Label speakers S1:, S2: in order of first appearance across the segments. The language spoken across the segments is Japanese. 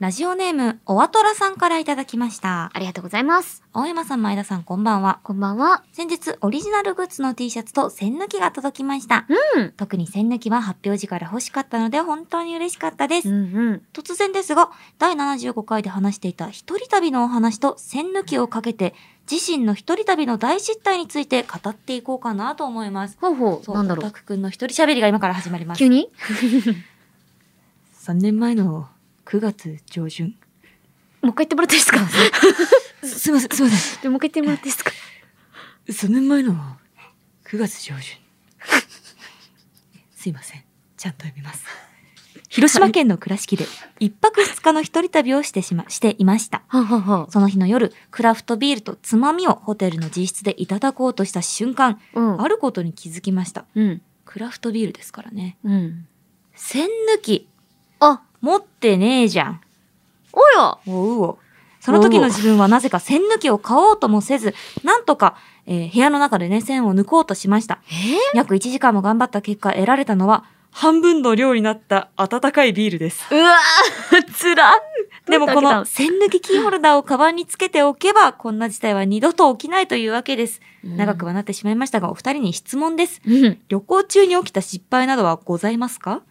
S1: ラジオネーム、おわとらさんからいただきました。
S2: ありがとうございます。
S1: 青山さん、前田さん、こんばんは。
S2: こんばんは。
S1: 先日、オリジナルグッズの T シャツと線抜きが届きました。
S2: うん
S1: 特に線抜きは発表時から欲しかったので、本当に嬉しかったです。
S2: んうん。
S1: 突然ですが、第75回で話していた一人旅のお話と線抜きをかけて、自身の一人旅の大失態について語っていこうかなと思います。
S2: ほうほう。
S1: そう、
S2: なんだろ
S1: オ
S2: う
S1: タ。クくんの一人喋りが今から始まります。
S2: 急に
S1: 3年前の9月上旬。
S2: もう一回言ってもらっていいで すか
S1: すすいません、すいません。
S2: でもう一回言ってもらっていいですか
S1: 3年前の9月上旬すいませんちゃんと読みます広島県の倉敷で一泊二日の一人旅をしてしましていました
S2: ははは
S1: その日の夜クラフトビールとつまみをホテルの自室でいただこうとした瞬間
S2: うん。
S1: あることに気づきました
S2: うん。
S1: クラフトビールですからね
S2: うん。
S1: 栓抜き
S2: あ、
S1: 持ってねえじゃん
S2: おや
S1: おうおその時の自分はなぜか栓抜きを買おうともせずなんとか、えー部屋の中でね栓を抜こうとしました
S2: え
S1: 約1時間も頑張った結果得られたのは半分の量になった温かいビールです。
S2: うわー、 つら
S1: でもこの栓抜きキーホルダーをカバンにつけておけばこんな事態は二度と起きないというわけです。長くはなってしまいましたがお二人に質問です。
S2: うん。
S1: 旅行中に起きた失敗などはございますか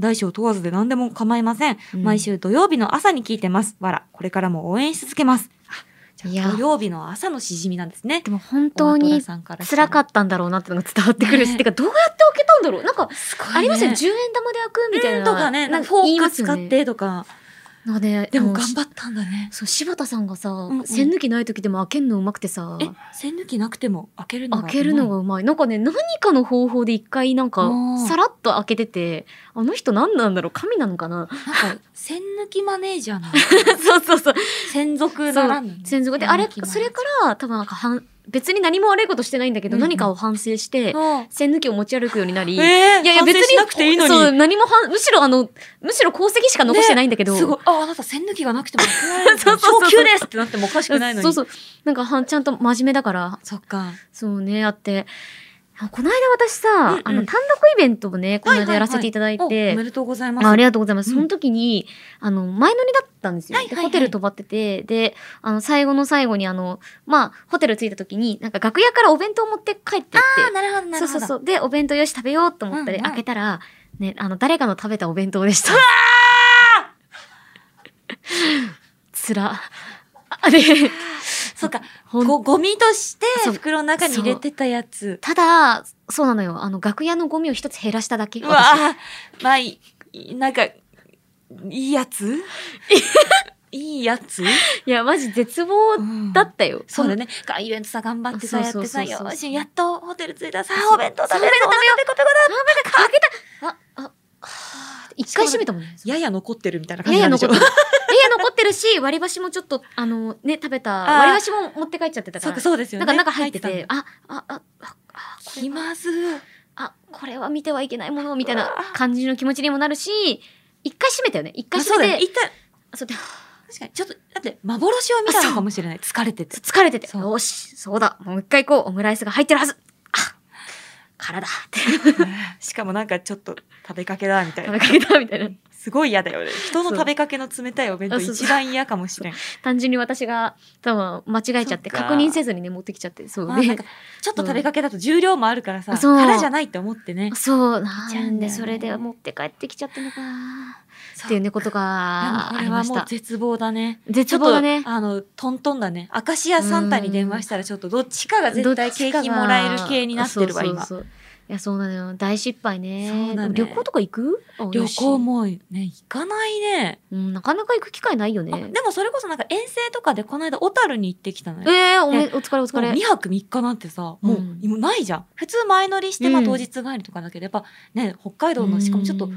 S1: 大小問わずで何でも構いません。毎。週土曜日の朝に聞いてます。わら、これからも応援し続けます。あ
S2: い
S1: じ
S2: や
S1: ゃあ土曜日の朝のしじみなんですね。
S2: でも本当
S1: 大和田
S2: に
S1: さんからしたら
S2: 辛かったんだろうなってのが伝わってくる
S1: ね
S2: し、てかどうやって開けたんだろうなんか、
S1: すごいね
S2: ありますよね、10円玉で開くみたいな。
S1: とかね、なんかフ
S2: 言
S1: ォ
S2: い
S1: ー
S2: ま
S1: ク
S2: す
S1: 使
S2: よ
S1: っ
S2: ね。
S1: てとか。
S2: なんかね、
S1: でも
S2: あの
S1: 頑張ったんだね。
S2: そう、柴田さんがさ
S1: んうん、
S2: 線抜きない時でも開けるのうまくてさ、
S1: え、栓抜きなくても開けるのが
S2: 開ける
S1: う
S2: の
S1: ま
S2: がうまい。なんかね、何かの方法で一回なんか
S1: あー、
S2: さらっと開けてて、あの人何なんだろう神なの かない
S1: なんか、栓抜きマネージャーなの。
S2: そうそうそう。
S1: 専属ならんのね。
S2: 専属で、あれ
S1: 栓抜き、マネージャー
S2: それから多分なんか反、別に何も悪いことしてないんだけど、
S1: うんうん
S2: 何かを反省して、
S1: そう
S2: 線抜きを持ち歩くようになり、
S1: ええ
S2: いやいや別に
S1: しなくていいのに。
S2: そう何もはむしろあのむしろ功績しか残してないんだけど、
S1: すごい。あ、あなた栓抜きがなくても開けられる
S2: そうそうそう
S1: 昇級ですってなってもおかしくないのに。
S2: そうそうなんかはちゃんと真面目だから
S1: そっか。
S2: そうねあってあこの間私さ、
S1: うんうん
S2: あの単独イベントをねこの
S1: はいはいは
S2: 間
S1: い
S2: やらせていただいて、
S1: おおめでとうございます。
S2: あありがとうございます。
S1: うん
S2: その時に、あの、前乗りだったんですよ。
S1: はいはいはい
S2: でホテル泊まってて、で、あの、最後の最後に、あの、まあ、ホテル着いた時に、なんか楽屋からお弁当持って帰ってって、
S1: あなるほど、な
S2: そう
S1: るほ
S2: そ
S1: ど。
S2: うそう。で、お弁当よし食べようと思った
S1: うんう
S2: り、
S1: ん
S2: 開けたら、ね、あの、誰かの食べたお弁当でした。 つら。あれ、
S1: そっか。
S2: ほん
S1: ごゴミとして
S2: そう
S1: 袋の中に入れてたやつ。
S2: ただ、そうなのよ。あの、楽屋のゴミを一つ減らしただけ。
S1: うわーまあいい、なんか、いいや ついいやつ
S2: 私いや、マジ絶望だったよ。
S1: そうだね。かイベントさ、頑張ってさ、やっ
S2: そう
S1: て
S2: そ
S1: さ、
S2: うそう
S1: よ
S2: そう
S1: ーし、やっとホテル着いたさ
S2: そ、う
S1: お弁当食べる
S2: そう
S1: お腹ペコペコだ
S2: 開けたあ、あ、一回閉めたもんね。
S1: やや残ってるみたいな
S2: やや残っ
S1: る。
S2: てる。やや残ってるし、割り箸もちょっと、あの、ね、食べた、
S1: あー
S2: 割り箸も持って帰っちゃってたか
S1: そう
S2: ら。
S1: か、そうですよ
S2: な
S1: ね。
S2: んか中入って
S1: たん
S2: て
S1: だ、
S2: あ、あ、あ、あ、あこれ
S1: 気まずー。
S2: あ、これは見てはいけないものみたいな感じの気持ちにもなるし、一回閉めたよね。一回
S1: あそう
S2: 閉
S1: だ
S2: め
S1: ね。
S2: て、
S1: 一旦、
S2: あそうで
S1: 確かに、ちょっと、だって、幻を見たのかもしれない。疲れて て。
S2: 疲れてて、
S1: そう
S2: よし、そうだ、もう一回こう、オムライスが入ってるはず。あ、体って
S1: しかもなんかちょっと食べかけだ、みたい
S2: 食
S1: な
S2: べ。かけたみたいな。
S1: すごい嫌だよね。人の
S2: そう
S1: 食べかけの冷たいお弁当
S2: あそうそう
S1: 一番嫌かもしれん。
S2: 単純に私が多分間違えちゃって、
S1: そっか
S2: 確認せずにね、持ってきちゃって、そう
S1: まあなん
S2: ね
S1: か。ちょっと食べかけだと重量もあるからさ、
S2: そう
S1: 腹じゃないって思ってね。
S2: そう
S1: ちゃ
S2: な
S1: うんんだよ
S2: で、
S1: ね
S2: それで持って帰ってきちゃったのかな
S1: そ
S2: っ
S1: う
S2: ていうねこと
S1: でも
S2: があ
S1: こ
S2: り
S1: れ
S2: ま
S1: は
S2: し
S1: もう
S2: た。
S1: 絶望だね。ちょ
S2: 絶
S1: っ
S2: 望
S1: と
S2: だね。
S1: あのトントンだねアカシアサンタに電話したらちょっとどっちかが絶対景気もらえる系になってるわ
S2: どっちか
S1: 今
S2: がそうそうそういやそうなのよ大失敗ね
S1: そうだね
S2: でも旅行とか行くあ
S1: 旅行、
S2: よし
S1: もね行かないね
S2: うん、なかなか行く機会ないよ
S1: あ
S2: ね
S1: でもそれこそなんか遠征とかでこの間小樽に行ってきたの
S2: え
S1: よ
S2: ー、おめお疲れお疲
S1: もう
S2: れ
S1: 2泊3日なんてさもう,、
S2: うん
S1: もうないじゃん普通前乗りして、まあ、
S2: うん
S1: 当日帰りとかだけどやっぱね北海道のしかもちょっと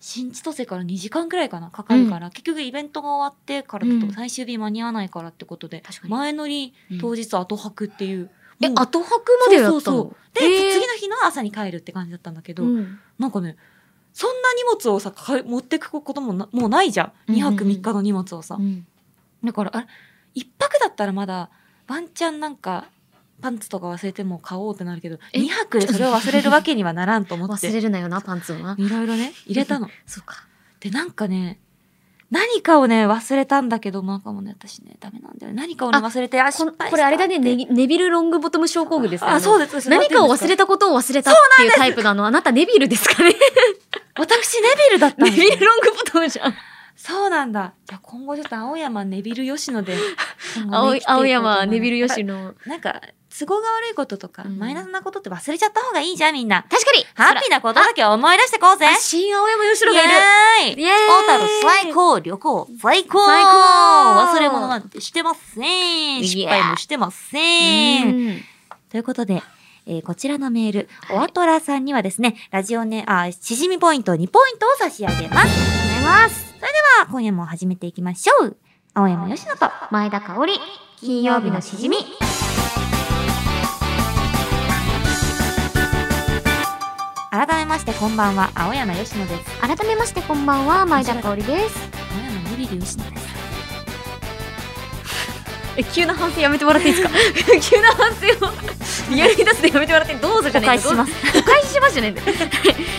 S1: 新千歳から2時間くらいかなかかるから、結局イベントが終わってからだ
S2: う
S1: と
S2: ん
S1: 最終日間に合わないからってことで、
S2: 確かに
S1: 前乗り
S2: うん
S1: 当日後泊っていう、
S2: え
S1: もう
S2: 後泊までやったの
S1: そうそうそうで、
S2: えー
S1: 次の日の朝に帰るって感じだったんだけど、
S2: うん
S1: なんかねそんな荷物をさか持ってくこともなもうないじゃん
S2: うん
S1: 2
S2: うんうん
S1: 泊3日の荷物をさ、
S2: うん
S1: だからあれ1泊だったらまだワンチャンなんかパンツとか忘れても買おうってなるけど
S2: え
S1: 2泊でそれを忘れるわけにはならんと思っ
S2: 忘
S1: て
S2: れるなよなパンツをない
S1: ろいろね入れたの。
S2: そうか
S1: でなんかね何かをね、忘れたんだけど、なんかもね、私ね、ダメなんだよね。何かをね、
S2: あ
S1: 忘れて、あ、失
S2: こ
S1: 敗した
S2: これあれだね、ネビネビル・ロングボトム症候群ですね
S1: あ、そう
S2: う
S1: です。そうです
S2: 何かを忘れ
S1: た。
S2: たことを忘れたっていうタイプのあの、あなたネビルですかね
S1: 私、ネビルだったん
S2: ネ
S1: です
S2: ビ
S1: ね
S2: ル・ロングボトムじゃん。
S1: そうなんだ。じゃあ今後ちょっと青山ネビル吉野 で。今後ね
S2: 青
S1: 生きていこう
S2: い
S1: と思い
S2: 青
S1: ます
S2: 山ネビル・吉野。
S1: なんか、都合が悪いこととか、
S2: うん
S1: マイナスなことって忘れちゃった方がいいじゃん、みんな。
S2: 確かに
S1: ハッピーなことだけ思い出してこうぜ
S2: あ新青山吉野がいる
S1: イエーイ
S2: イエーイ
S1: 大太郎最高旅行最高
S2: 最高
S1: 忘れ物なんてしてません
S2: イエーイ
S1: 失敗もしてません
S2: うん
S1: ということで、えーこちらのメール、おあとらさんにはですね、ラジオネ、あ、しじみポイント2ポイントを差し上げます。
S2: ありがとうございます。
S1: さあ、今夜も始めていきましょう。青山よしのと、
S2: 前田香織、金曜日のしじみ。
S1: 改めましてこんばんは、青山よしのです。
S2: 改めましてこんばんは、前田香織です。
S1: 青山ゆりりよしのです。
S2: え、急な反省やめてもらっていいですか 急な反省をやり出すでやめてもらってどうぞじゃ
S1: お
S2: な
S1: 返
S2: いん
S1: しします。
S2: お返ししますじゃないんだよ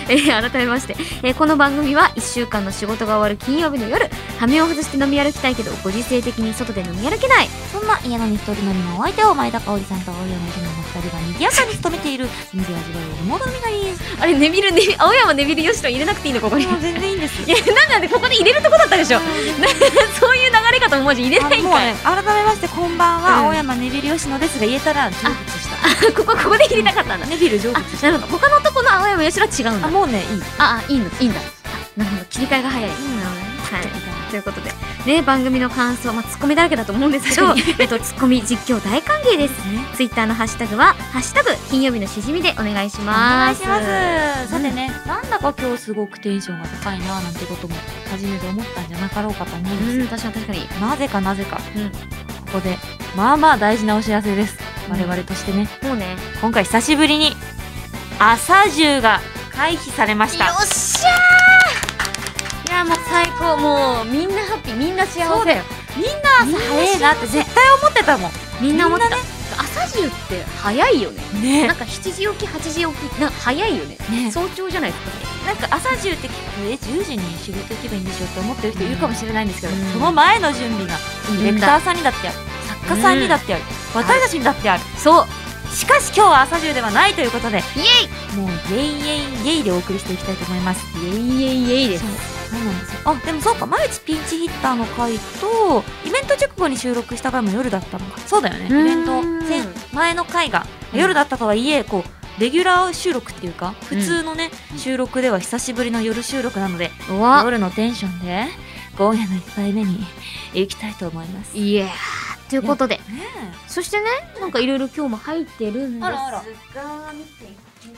S2: えー改めまして、えーこの番組は1週間の仕事が終わる金曜日の夜羽目を外して飲み歩きたいけどご時世的に外で飲み歩けない
S1: そんな家飲み一人飲みのお相手を前田香織さんと青山よしのの二人が賑やかに務めている、賑わじわよりもがみがいいです。
S2: あれネビルネビ青山ネビル吉野入れなくていいのここにい
S1: もう全然いいんです。
S2: やなんなんでここで入れるとこだったでしょ そういう流れ方もマジ入れ
S1: あ
S2: ないん
S1: もう
S2: かい
S1: ね、改めましてこんばんは、
S2: うん
S1: 青山ネビル吉野ですが言えたら成仏した。
S2: ここここで入れたかったんだ
S1: ネビル成
S2: あ
S1: 仏し
S2: なるほど他のとこの青山吉野は違うん
S1: た。
S2: だ
S1: あ、もうね、いい。
S2: ああいいのいいんだあなるほど切り替えが早い、はいということで、ね、番組の感想、まあ、ツッコミだらけだと思うんですけど、えっと、ツッコミ実況大歓迎です。ツイッターのハッシュタグは、ハッシュタグ、金曜日のしじみでお願いし
S1: お願
S2: ま
S1: い
S2: す。
S1: します。さてね、なんだか今日すごくテンションが高いなぁなんてことも初めて思ったんじゃなかろうかと思うん
S2: う
S1: で
S2: ん、確かに確かに。
S1: す。なぜかなぜか、
S2: うん
S1: ここで、まあまあ大事なお知らせです。
S2: うん
S1: 我々としてね、
S2: もうね、よ
S1: 今回久しぶりに、朝十が回避されました。
S2: っしゃーいや、もう最高、もう、みんなハッピー、みんな幸せ。
S1: そうだよみんな朝早いなって絶対思ってたもん。
S2: みんな思った。
S1: みんなね
S2: 朝十って早いよね。
S1: ね
S2: なんか7時起き、8時起き、なんか早いよね。
S1: ね
S2: 早朝じゃないですか。
S1: なんか朝10って聞くとえ10時に仕事行けばいいんでしょって思ってる人いるかもしれないんですけど、
S2: うん
S1: その前の準備が
S2: いいんだ
S1: レクターさんにだってある作家さんにだってある、私たちにだってある
S2: そう。
S1: しかし今日は朝10ではないということで
S2: イエ
S1: もうイエイイエイイエイでお送りしていきたいと思います
S2: イイエイイエイイエイです
S1: そう。そうなんですよあでもそうか毎日ピンチヒッターの回とイベント直後に収録した回も夜だったのかそうだよねイ
S2: うーん
S1: ベント前前の回が
S2: うん
S1: 夜だったとはいえこうレギュラー収録っていうか普通のね、
S2: うん
S1: 収録では久しぶりの夜収録なので
S2: うわ
S1: 夜のテンションで今夜の一杯目に行きたいと思います。ね
S2: いやーということで、
S1: え
S2: そしてね、なんかいろいろ今日も入ってるんですが、
S1: あらあら
S2: 見て、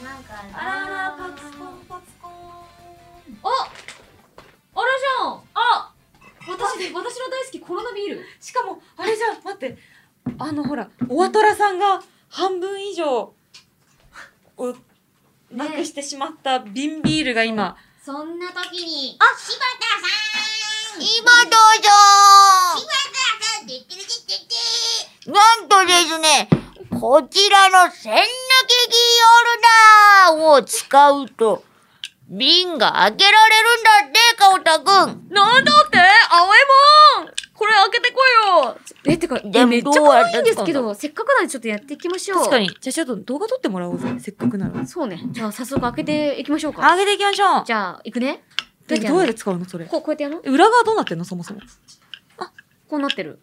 S2: なんかな
S1: パツコン。
S2: おあれじゃんあ私、私の大好きコロナビール。
S1: しかもあれじゃん待ってあのほらオアトラさんが半分以上をなくしてしまった瓶ビールが今、
S2: そんな時に、
S3: あ、柴田さん
S4: 今どうぞ
S3: 柴田さん出てる出てる
S4: なんとですね、こちらの栓抜きキーホルダーを使うと、瓶が開けられるんだって、かおたくん。
S2: なんだって青いもんこれ開けてこいよえ、てか、
S4: でも
S2: めっちゃ可愛いんですけ
S4: どう
S2: ど、せっかくなんでちょっとやっていきましょう。
S1: 確か。にじゃあちょっと動画撮ってもらおうぜせっかくなら
S2: そうね。じゃあ早速開けていきましょうか。
S1: 上げていきましょう
S2: じゃあ、行くね。
S1: だ
S2: どう
S1: けど
S2: やってや
S1: どうやっ
S2: る
S1: て使うのそれ
S2: こう、こうやってやるの
S1: 裏側どうなってんのそもそも
S2: こうなってる。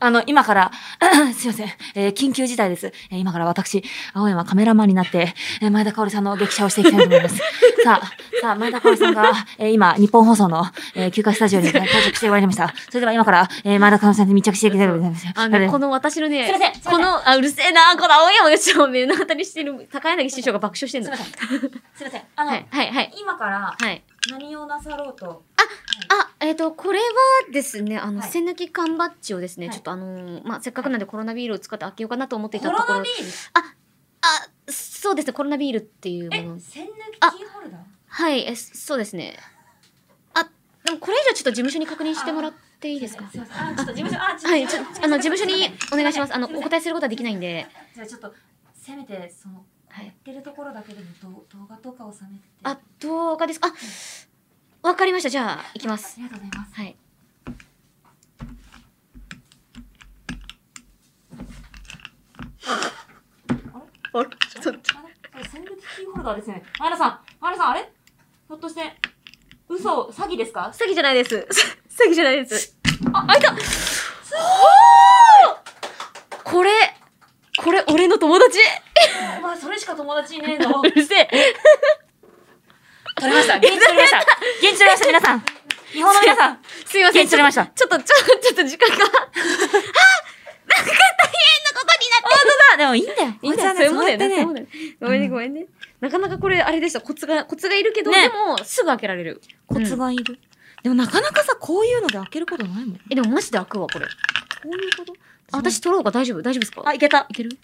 S1: あの、今から、 すいません、えー緊急事態です。えー今から私、青山カメラマンになって、えー前田香織さんの激写をしていきたいと思い ます。さあ、さあ、前田香織さんが、えー今、日本放送の、えー休暇スタジオに到着してまいりました。それでは今から、えー前田香織さんに密着していきたいと思います。
S2: あ
S1: それ
S2: の、
S1: で
S2: この私のね、
S1: すいませんすいません
S2: この、あ、うるせえな、この青山よしを目の当たりにしてる高柳師匠が爆笑してん
S1: すい
S2: の。
S1: ま
S2: は
S1: せん。すいません。あの、
S2: い、はい、はい。
S1: 今から
S2: はい。
S1: 何をなさろうと、
S2: あ、えっ、と、これはですね、あの、
S1: はい
S2: 栓抜き缶バッジをですね、
S1: はい
S2: ちょっとあのーまあ、せっかくなんでコロナビールを使って開けようかなと思ってい
S1: コ
S2: た
S1: ロ
S2: とこ
S1: ナ
S2: ろ
S1: ビ。ー
S2: あ、そうですね、コロナビールっていうも
S1: ル、
S2: の。
S1: 栓抜き
S2: あ
S1: キーホルダー
S2: はい、え、そうですね。あ、でもこれ以上ちょっと事務所に確認してもらっていいですか
S1: すいません。あ、ちょっと事務所、あ、ちょっと
S2: はい、ちょ、あの、事務所にお願いします。あの、お答えすることはできないんで。
S1: じゃあちょっと、せめて、その、
S2: はい
S1: やってるところだけでも動動画とかを収めて。
S2: あ、動画ですかあ、わかりました。じゃあ、行きます。
S1: りがとうございます。
S2: はい。
S4: あれちょっと
S1: あれこれセンブリキーホルダーですよね。前田さん、前田さん、あれひょっとして、嘘、詐欺ですか
S2: 詐欺じゃないです。 詐欺じゃないです。あ、開いたこれ、これ俺の友達
S1: お前、それしか友達いねえ の。
S2: うるせえ。
S1: 取れました。現地取りました。現地取りました、皆さん。日本の皆さん。
S2: すいません。
S1: 現地取りました
S2: ちょっと、ちょっと、ちょっと時 間が。あ
S1: あ、でもいいんだよ。
S2: いいんだよ、そういうもんだよね。そういうもんだよねごめんね、ごめんね。なかなかこれ、あれでした。コツが、コツがいるけど、
S1: ね
S2: でも、すぐ開けられる。
S1: コツがいる。でもなかなかさ、こういうので開けることないもん。こ
S2: え、でもマジで開くわ、これ。
S1: ういうこと
S2: あ、私、取ろうか大丈夫大丈夫ですか
S1: あ、いけた。
S2: いける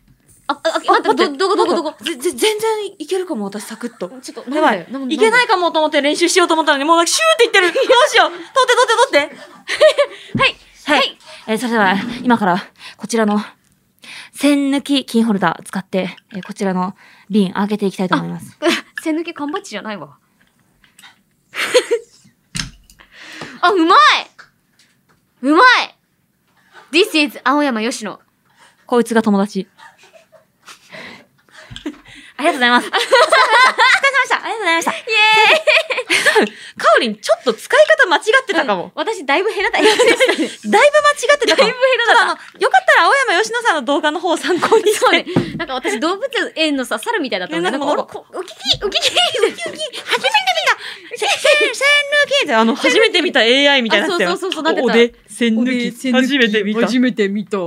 S2: あ、あ、あ、待って、ど、どこどこどこ
S1: ぜぜ全然いけるかも、私、サクッと。
S2: ちょっ。
S1: やばい。いけないいかもと思って練習しようと思ったのに、もうなんかシューっていってる。どうしよう。取って取って取って。
S2: はい。はい。
S1: えーそれでは、今から、こちらの、線抜きキーホルダー使って、えーこちらの瓶開けていきたいと思います。
S2: 背抜け缶バッジじゃないわ。 あ、うまいうまい !This is 青山吉野。
S1: こいつが友達。ありがとうございます。お疲れ様でした。お疲れ様でした。ありがとうございました。イエーイかおりん、ちょっと使い方間違ってたかも。
S2: 私、だいぶ減らた。だいぶ減
S1: だいぶ間違ってたかも。
S2: ら
S1: ただあの、よかったら青山吉野さんの動画の方を参考にして。
S2: そうね。なんか私、動物園のさ、猿みたいだったのね
S1: ね
S2: な
S1: なんん
S2: か、
S1: か
S2: あれ
S1: もう
S2: こウキキウキキ
S1: 初めて見たせ、せ、せんぬきって、あの、初めて見た AI みたいになってたよ
S2: あそうそうそうそうなってた
S1: おで、せんぬき。初めて見た。い
S5: めて見た。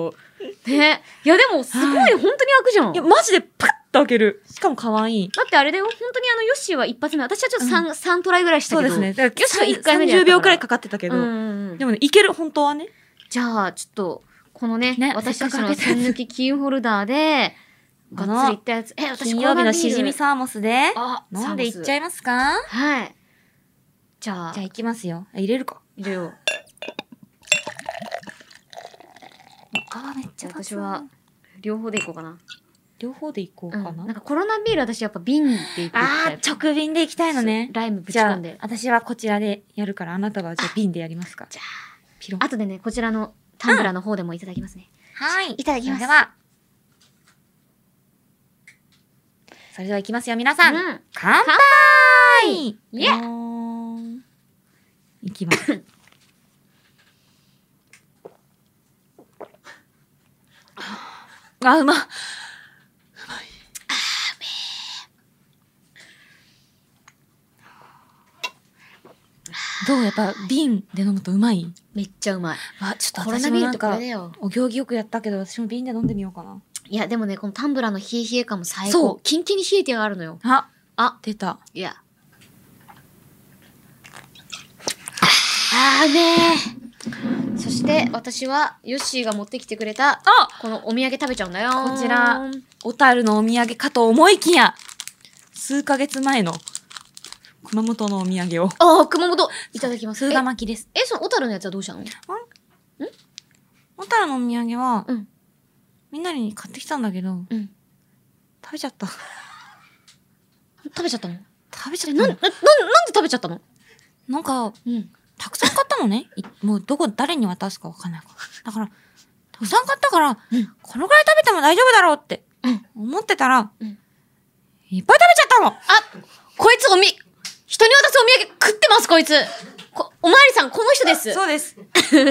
S2: ねいや、でも、すごい、
S1: はい
S2: 本当に開くじゃん。
S1: や、マジでパッと開ける。しかも可愛い。
S2: だってあれだよ、本当にあの、ヨッシーは一発目。私はちょっと三三トライぐらいした
S1: そう
S2: け
S1: で
S2: ど。
S1: すね。だから
S2: よし一回目でやっ
S1: 30
S2: たから
S1: 秒くらいかかってたけ
S2: う
S1: ど。
S2: んうんうん。
S1: でもね、いける、本当はね。
S2: じゃあ、ちょっと、このね、
S1: ね
S2: 私たち
S1: せ
S2: の
S1: っかく開け
S2: 線
S1: た
S2: 抜きキーホルダーで、が
S1: こ
S2: っ
S1: の
S2: つりいったやつ。え、私
S1: 金曜日のしじみ
S2: ん。
S1: サーモスで、
S2: あ、
S1: 飲んでいっちゃ
S2: い
S1: いますか
S2: はい。じゃあ、
S1: じゃあ行きますよ。え入れるか。
S2: 入れよう。
S1: あーめっち
S2: じ
S1: ゃ
S2: ゃあ
S1: 立つ
S2: 私は、両方でいこうかな。
S1: 両方で行こう
S2: うん。
S1: か
S2: なん
S1: な。
S2: かコロナビール私やっぱ瓶でいくタイプ。
S1: あー、直便で行きたいのね。
S2: ライムぶち
S1: じ
S2: 込
S1: ゃあ
S2: んで、。
S1: 私はこちらでやるから、あなたはじゃあ瓶でやりますか。じゃあ、ピロン。
S2: あとでね、こちらのタンブラーの方でもいただきますね。
S1: はい。い
S2: ただきます
S1: それでは。それでは行きますよ、皆さん。
S2: うん。
S1: 乾
S2: 乾
S1: 杯
S2: イエ
S1: ーいき ます。あ、うまっどうやっぱ瓶で飲むとうまい
S2: めっちゃうまい。
S1: わ、ちょっと
S2: コロナ
S1: 私
S2: ビ
S1: も
S2: ー
S1: な
S2: ル
S1: ん
S2: とこ
S1: か
S2: れだ、よ。
S1: お行儀よくやったけど、私も瓶で飲んでみようかな。
S2: いや、でもね、このタンブラーの冷え冷え感も最高。
S1: そう
S2: キンキンに冷えてあるのよ。
S1: あ、
S2: あ、
S1: 出た。
S2: いや。あーねーそして私はヨッシーが持ってきてくれた
S1: あ
S2: このお土産食べちゃうんだよ
S1: こちら小樽のお土産かと思いきや、数ヶ月前の熊本のお土産を。
S2: あー熊本いただきます
S1: 風
S2: え
S1: が巻きです。
S2: えその小樽のやつはどうしたの
S1: 小樽のお土産は、
S2: うん
S1: みんなに買ってきたんだけど、
S2: うん
S1: 食べちゃった。
S2: 食べちゃったの
S1: 食べちゃ
S2: え
S1: った
S2: なんなな
S1: の
S2: なんで食べちゃったの
S1: なんか、
S2: うん
S1: たくさん買ったの ね。いもうどこ、誰に渡すかわかんないから。だから、たくさん買ったから、
S2: うん
S1: このぐらい食べても大丈夫だろうって
S2: うん
S1: 思ってたら、
S2: うん
S1: いっぱい食べちゃったの
S2: あこいつおみ人に渡すお土産食ってますこいつこおまわりさんこの人です
S1: そうです。お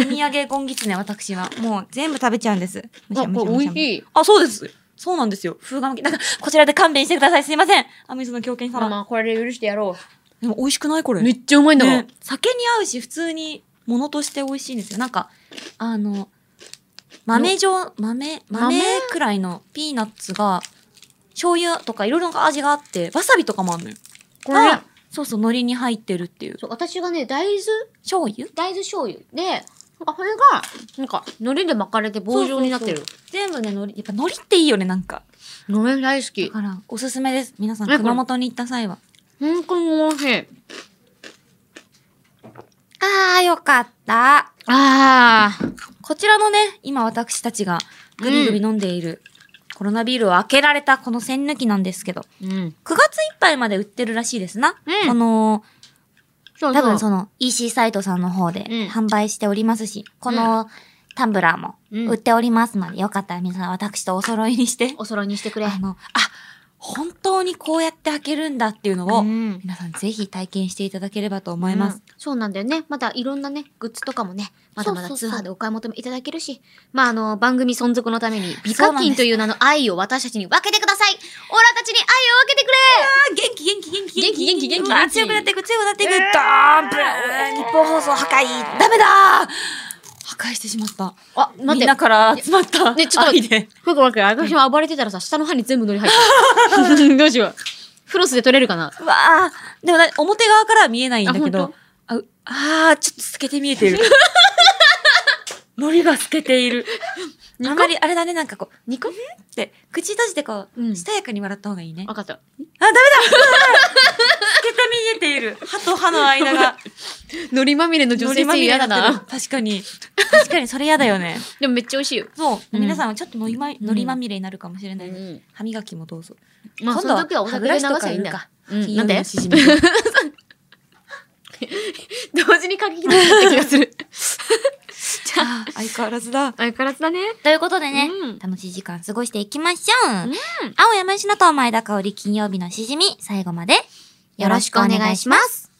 S1: 土産ゴンギツネ、私は。もう全部食べちゃうんです。むしゃ
S2: あ
S1: むし
S2: こ
S1: ゃむ
S2: れ美
S1: しゃ
S2: 味しい
S1: あ、そうです。そうなんですよ。風が向き。だから、こちらで勘弁してください。すいません。あ、水の狂犬
S2: まあ
S1: 様。
S2: まあこれで許してやろ
S1: でも美味しくないこれ。
S2: うめっちゃうまいんだから、
S1: ね酒に合うし、普通に物として美味しいんですよ。なんか、あの、豆状、豆、豆くらいのピーナッツが、醤油とかいろいろな味があって、わさびとかもあるのよ。
S2: これね
S1: がそうそう、海苔に入ってるっていう。
S2: そう私がね大豆
S1: 醤油
S2: 大豆醤油で、あ、これが、なんか、海苔で巻かれて棒状になってる
S1: そう。全部ね、海苔、やっぱ海苔っていいよね、なんか。
S2: 海苔大好き
S1: だ。から、おすすめです。皆さん、
S2: ねこれ
S1: 熊本に行った際は。
S2: 本当に美味しい。
S1: あー、よかった。
S2: あー。
S1: こちらのね、今私たちがぐびぐび飲んでいる、コロナビールを開けられたこの栓抜きなんですけど、
S2: うん。
S1: 9月いっぱいまで売ってるらしいですな。
S2: うん
S1: この、
S2: そうそ
S1: 多
S2: う
S1: 分その EC サイトさんの方で
S2: うん
S1: 販売しておりますし、このタンブラーも
S2: うん
S1: 売っておりますので、よかったら皆さん私とお揃いにして、
S2: お揃いにしてくれ。
S1: あの、あ、本当にこうやって開けるんだっていうの
S2: う
S1: を、
S2: ん
S1: 皆さんぜひ体験していただければと思います。
S2: うんそうなんだよね。まだいろんなね、グッズとかもね、まだまだ
S1: そう
S2: 通
S1: そうそう
S2: 販でお買い求めいただけるし、まあ、あの、番組存続のために、美課金という名の愛を私たちに分けてくださいオラたちに愛を分けてくれ
S1: あ元気元気元気
S2: 元気元気元気
S1: うわ強くなっていく強くなっていく、ドーンブーン日本放送破壊ダメだ破壊してしまった。
S2: あ、
S1: みんなから集まった。
S2: ねちょっと待って
S1: 愛で
S2: ふくわけ、私も暴れてたらさ、下の歯に全部乗り入 った。どうしよう。フロスで取れるかな
S1: うわあでもな表側からは見えないんだけ
S2: あ
S1: ど
S2: 本。
S1: あうあーちょっと透けて見えて る。森が透けている。
S2: ニコ
S1: あんまりあれだね、なんかこう、
S2: 肉
S1: って、口閉じてこう、
S2: うん
S1: しとやかに笑った方がいいね。
S2: 分かった。
S1: あ、ダメだ透けて見えている。歯と歯の間が。
S2: 海苔まみれ の女性性嫌だ
S1: 海苔まみれになっ
S2: な
S1: て。る確かに。確かに、それ嫌だよね。
S2: でもめっちゃ美味しいよ。
S1: そう。
S2: うん
S1: 皆さんはちょっとのりま、のりまみれになるかもしれ
S2: う
S1: ないね。
S2: ん。
S1: 歯磨きもどうぞ。
S2: まあ、そ
S1: 今度
S2: の
S1: は
S2: 時はお酒で流せばいいんだ。うん、
S1: 金曜
S2: な
S1: 日
S2: ん で
S1: のしじみ
S2: 同時に過激になった気が する。
S1: あー相変わらずだ。
S2: 相変わらずだね。
S1: ということでね、
S2: うん
S1: 楽しい時間過ごしていきましょう。
S2: うん
S1: 青山石野と前田香織金曜日のしじみ、最後までよろしくお願いします。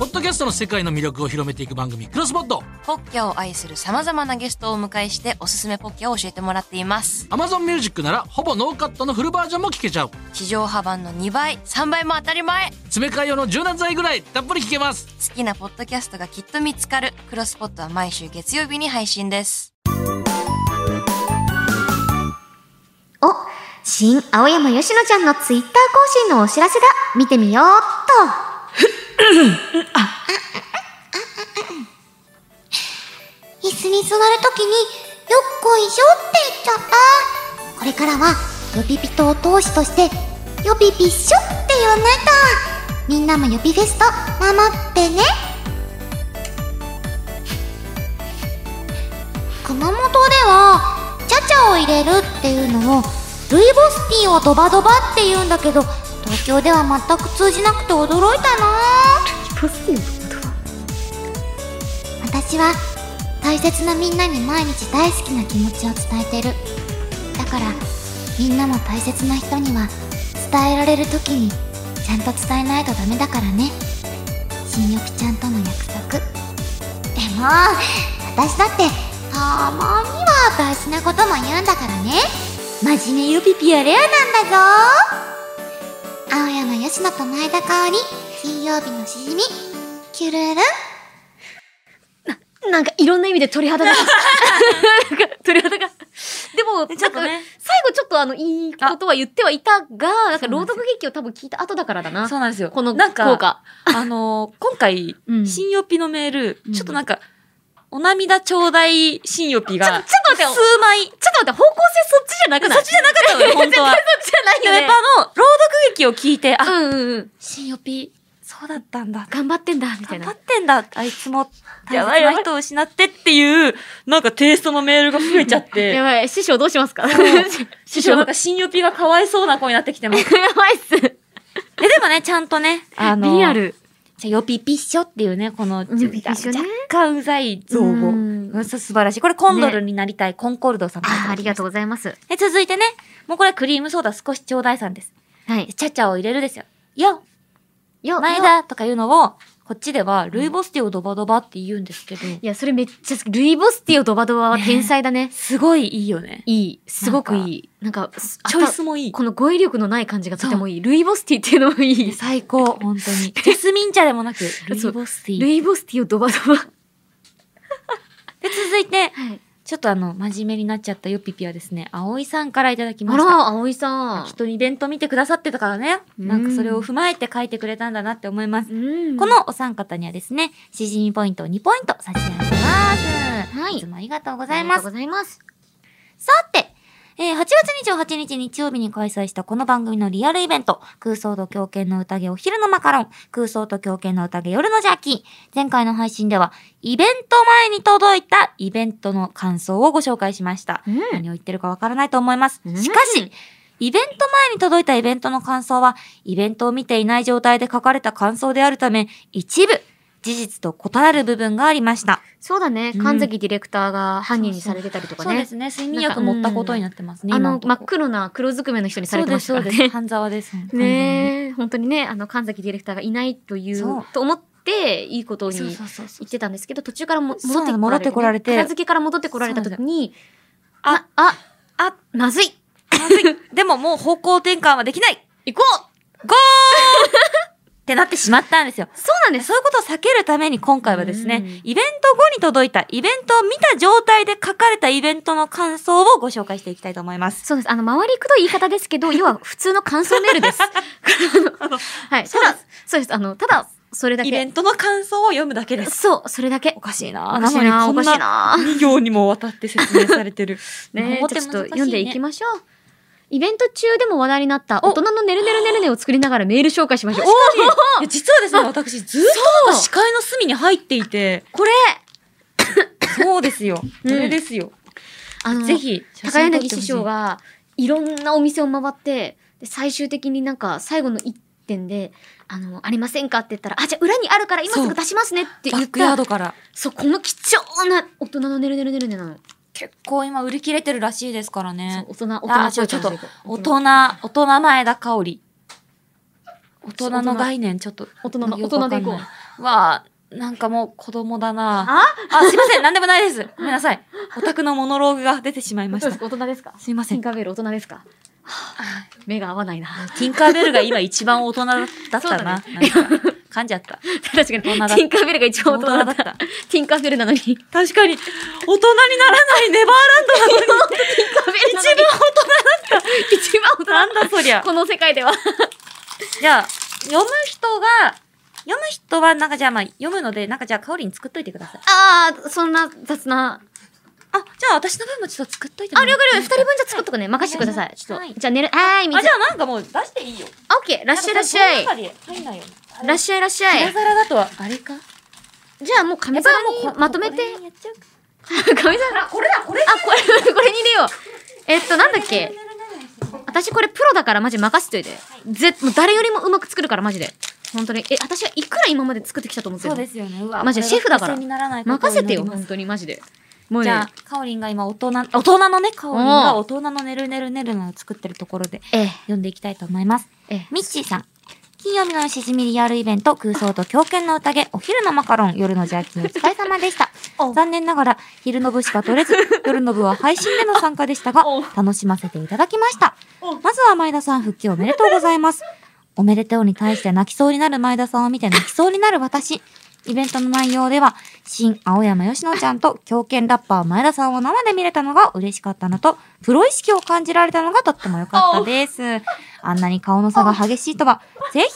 S5: ポッドキャストの世界の魅力を広めていく番組、クロスボッド。
S6: ポッキャを愛する様々なゲストをお迎えしておすすめポッキャを教えてもらっています。
S5: Amazon Music なら、ほぼノーカットのフルバージョンも聞けちゃう。
S6: 地上波版の2倍、3倍も当たり前。
S5: 詰め替え用の柔軟剤ぐらい、たっぷり聞けます。
S6: 好きなポッドキャストがきっと見つかる。クロスポットは毎週月曜日に配信です。
S2: お、新青山よしのちゃんのツイッター更新のお知らせだ。見てみようっと。
S7: 椅子に座るときによっこいしょって言っちゃったこれからは予備人を通しとして予備びっしょって言わないとみんなも予備フェスト守ってね熊本ではチャチャを入れるっていうのをルイボスティーをドバドバって言うんだけど東京では全く通じなくて驚いたな私は大切なみんなに毎日大好きな気持ちを伝えてるだからみんなも大切な人には伝えられる時にちゃんと伝えないとダメだからね新よぴちゃんとの約束でも私だってたまには大事なことも言うんだからね真面目ゆぴぴはレアなんだぞ青山よしのと前田香織金曜日のしじみキュルルン
S2: なんかいろんな意味で鳥肌が。なんか 鳥肌が。でも、
S1: ちょっと
S2: なん
S1: ね
S2: か最後ちょっとあの、いいことは言ってはいたが、なんか朗読劇を多分聞いた後だからだな。
S1: そうなんですよ。
S2: この
S1: なん
S2: 効
S1: か、
S2: 果。
S1: あのー今回、
S2: うん
S1: 新予備のメール、
S2: うん
S1: ちょっとなんか、お涙ちょうだい新予備が、
S2: ちょっと待ってよ、ちょ
S1: 数枚、
S2: っと待って、方向性そっちじゃなくない
S1: そっちじゃなか ったのよ、本当は。
S2: そっちじ
S1: で
S2: ゃ
S1: も
S2: ない
S1: やっ
S2: よ
S1: ぱ
S2: ね。
S1: あの、朗読劇を聞いて、あ、
S2: うんうんうん。
S1: 新予備、そうだったんだ。
S2: 頑張ってんだ、みたい
S1: 頑
S2: な。
S1: 張ってんだ、あいつも、大
S2: やばい
S1: 切
S2: やばい
S1: な人を失ってっていう、なんかテイストのメールが増えちゃっ
S2: や
S1: て、
S2: ばい、師匠どうしますか や
S1: 師匠なんか新予備がかわいそうな子になってき てます。
S2: ばいっす。
S1: えでもね、ちゃんとね、あの、
S2: リアル。
S1: じゃあ、よぴぴっしょっていうね、この、
S2: んよぴぴっしょね
S1: 若干うざい造語。
S2: う
S1: うんんそう素晴らしい。これ、コンドルになりたい、コンコルドさんからいただき
S2: あ
S1: まし
S2: あ、
S1: た。
S2: ありがとうございます。
S1: で続いてね、もうこれ、クリームソーダ少しちょうだいさんです。
S2: はい。
S1: ちゃちゃを入れるですよ。よ、
S2: よ
S1: 前
S2: よ
S1: だとかいうのを、こっちでは、ルイボスティーをドバドバって言うんですけど、
S2: いや、それめっちゃ好き。ルイボスティーをドバドバは天才だね。
S1: すごいいいよね。
S2: いい。すごくいい。なんか、す
S1: チョイスもいい
S2: あた。この語彙力のない感じがとてもいい。ルイボスティーっていうのもいい。
S1: 最高、本当 に。ジャスミン茶でもなく、ルイボスティ
S2: ル
S1: ー。
S2: イボスティーをドバドバ。
S1: で、続いて、
S2: はい。
S1: ちょっとあの、真面目になっちゃったよぴぴはですね、葵さんからいただきま
S2: あ
S1: した。
S2: ら、葵さ
S1: きっ
S2: ん。
S1: とイベント見てくださってたからね。
S2: うん
S1: なんかそれを踏まえて書いてくれたんだなって思います。
S2: うん
S1: こ、のお三方にはですね、しじみポイントを2ポイント差し上げます。
S2: はい
S1: いつもありがとうご
S2: ご
S1: ざいます。
S2: ございます。
S1: さて、えー8月28日日曜日に開催したこの番組のリアルイベント、空想と狂犬の宴お昼のマカロン、空想と狂犬の宴夜のジャーキー。前回の配信では、イベント前に届いたイベントの感想をご紹介しました。
S2: うん
S1: 何を言ってるかわからないと思います。
S2: うん
S1: しかし、イベント前に届いたイベントの感想は、イベントを見ていない状態で書かれた感想であるため、一部、事実と異なる部分がありました。
S2: そうだね。
S1: うん
S2: 神崎ディレクターが犯人にされてたりとかね。
S1: ね。睡
S2: 眠薬持ったことに
S1: なってます
S2: あの、真っ黒な黒ずくめの人にされてましたからね。
S1: 半沢です。
S2: ねえ、本当にね、あの、神崎ディレクターがいないとい
S1: そう
S2: う、と思って、いいことに
S1: そう
S2: 言
S1: そうそうそう。
S2: ってたんですけど、途中からも
S1: そうなの
S2: 戻ってこられて、
S1: 戻ってこられて
S2: 片付けから戻ってこられた時に、
S1: そうな
S2: あ、あ、あ、まずい
S1: でももう方向転換はできない
S2: 行こう
S1: ってなってしまったんですよ。
S2: そうなん
S1: で
S2: です
S1: そういうことを避けるために今回はですね、
S2: うん
S1: イベント後に届いた、イベントを見た状態で書かれたイベントの感想をご紹介していきたいと思います。
S2: そうです。あの、回りくどい言い方ですけ ど、要は普通の感想メールです。はい。ただ、そうです。あの、ただ、それだ
S1: イベ
S2: け。
S1: ントの感想を読むだけです。
S2: そう、それだけ。
S1: おかしいな
S2: おかしいな、おかしいな。
S1: 2行にもわたって説明されて る。
S2: ね
S1: もう
S2: ちょっ
S1: 難
S2: と
S1: しね
S2: 読んでいきましょう。イベント中でも話題になった大人のねるねるねるねを作りながらメール紹介しましょう。お
S1: いや実はですね、私ずっと視界の隅に入っていて、
S2: これ
S1: そうですよ。
S2: うん
S1: それですよ。
S2: あの
S1: ぜひ、
S2: 高
S1: 写真撮
S2: 柳
S1: ってほしい
S2: 師匠、がいろんなお店を回ってで最終的になんか最後の一点で「あのありませんか?」って言ったら「あじゃあ裏にあるから今すぐ出しますね」って
S1: バ
S2: 言
S1: ッ
S2: っ
S1: クヤー
S2: た
S1: ドから。
S2: そうこの貴重な大人のねるねるねるねなの。
S1: 結構今売り切れてるらしいですから
S2: そう
S1: ね。
S2: 大人大人
S1: あちょちょっと大人、大人前田香織。大人の概念、ちょっと。
S2: 大人の
S1: よくわかんない
S2: 大人でいこ
S1: わあ、なんかもう子供だな
S2: あ
S1: あ、すいません、なんでもないです。ごめんなさい。オタクのモノローグが出てしまいました。
S2: 大人ですか
S1: すいませ
S2: ティ
S1: ん
S2: ン。カーベル大人ですか目が合わないな。
S1: ティンカーベルが今一番大人だった
S2: そうだ
S1: な。
S2: ね
S1: なんか噛んじゃった。
S2: 確かに、テ
S1: 人だった
S2: ィンカーベルが一番大人だ
S1: 大
S2: っ
S1: 人
S2: た。
S1: だった
S2: ティンカーベルなのに。ティン
S1: 確かに、大人にならないネバーランドなのに
S2: カーベルなのに。一番大人だった。一番大人
S1: なんだそりゃ。
S2: この世界では。
S1: じゃあ、読む人が、読む人は、なんかじゃあまあ、読むので、なんかじゃあ、香りに作っといてください。
S2: ああ、そんな雑な。
S1: あ、じゃあ私の分もちょっと作っといても
S2: あ、
S1: ら
S2: 了
S1: って
S2: 解
S1: いい
S2: 了解。二
S1: ですか
S2: 人分じゃ作っとくね。任せてください。ちょっ
S1: はい
S2: と。じゃあ寝る。はーい、みん
S1: あ、
S2: な。
S1: じゃあなんかもう出していいよ。
S2: あ、オッケー。ラッシュラッシュ
S1: なんか
S2: イ。
S1: さこの中に入んないよね。
S2: ラッシュイラッシュ
S1: ヘ
S2: イ
S1: ラ。皿だとは、あれか。
S2: じゃあもう紙皿にまとめて。
S1: ここ ら辺やっちゃうか
S2: 紙皿。これだ、これあ、これ、 これに入れよう。えっと、なんだっけ。私これプロだからマジ任せといて。ぜ、もう誰よりもうまく作るからマジで。本当に。え、私はいくら今まで作ってきたと思ってる
S1: そう
S2: の
S1: ですよね。うわ
S2: マジでシェフだから
S1: これが犠牲にならないことを祈
S2: 任せて
S1: り
S2: よ、
S1: ます
S2: 本当にマジで。もう
S1: じ
S2: ね
S1: ゃあ、かおりんが今、大人、大人のね、かおりんが大人のねるねるねるのを作ってるところで、
S2: ええ、
S1: 読んでいきたいと思います。
S2: ええ。
S1: ミッチーさん。金曜日のしじみリアルイベント、空想と狂犬の宴、お昼のマカロン、夜のジャーキーお疲れ様でした。残念ながら、昼の部しか取れ ず、夜の部は配信での参加でしたが、楽しませていただきました。まずは前田さん復帰おめでとうございます。おめでとうに対して泣きそうになる前田さんを見て泣きそうになる私。イベントの内容では、新青山よしのちゃんと狂犬ラッパー前田さんを生で見れたのが嬉しかったのと、プロ意識を感じられたのがとっても良かったです。あんなに顔の差が激しいとは、ぜひ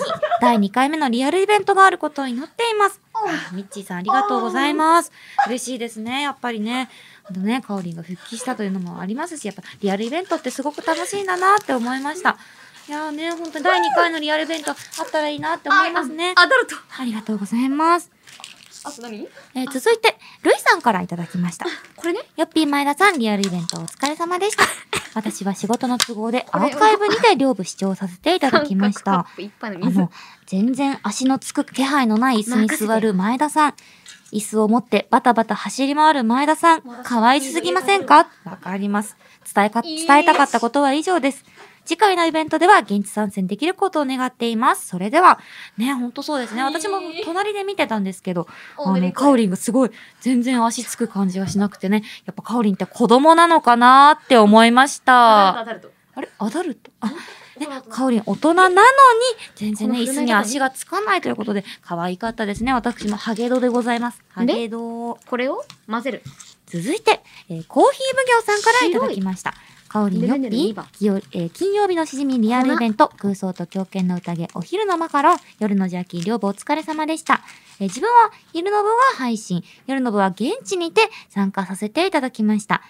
S1: 第2回目のリアルイベントがあることを祈っています。あミッチーさんありがとうございます。嬉しいですね、やっぱりね。あとね、かおりんが復帰したというのもありますし、やっぱリアルイベントってすごく楽しいんだなって思いました。いやーね、本当に第2回のリアルイベントあったらいいなって思いますね。
S2: アダルト。
S1: ありがとうございます。
S2: あと何
S1: えー続いて、ルイさんからいただきました。
S2: これね。
S1: よっぴー前田さん、リアルイベントお疲れ様で した。私は仕事の都合でアーカイブにて両部視聴させていただきまし
S2: 三角
S1: た
S2: カ。ップ一杯の
S1: あ
S2: 水
S1: の。、全然足のつく気配のない椅子に座る前田さん。椅子を持ってバタバタ走り回る前田さん。可愛すぎませんかわかります。伝えか、伝えたかったことは以上です。次回のイベントでは現地参戦できることを願っています。それでは、ね、ほんとそうですね。私も隣で見てたんですけど、あの、カオリンがすごい、全然足つく感じがしなくてね、やっぱカオリンって子供なのかなって思いました。
S2: アダルト。
S1: あれアダルトあ、ね、かおりん、大人なのに、全然ね、
S2: この
S1: 椅子
S2: 車
S1: に足がつかないということで、可愛かったですね。私もハゲドでございます。ハゲド。
S2: これを混ぜる。
S1: 続いて、えーコーヒー奉行さんからいただきました。かおりんよっ
S2: ねねねね
S1: ぴ
S2: いいわ
S1: ー、きよえー金曜日のしじみリアルイベント、空想と狂犬の宴、お昼のマカロン、夜のジャーキー、両部お疲れ様でした。えー自分は昼の部は配信、夜の部は現地にて参加させていただきました。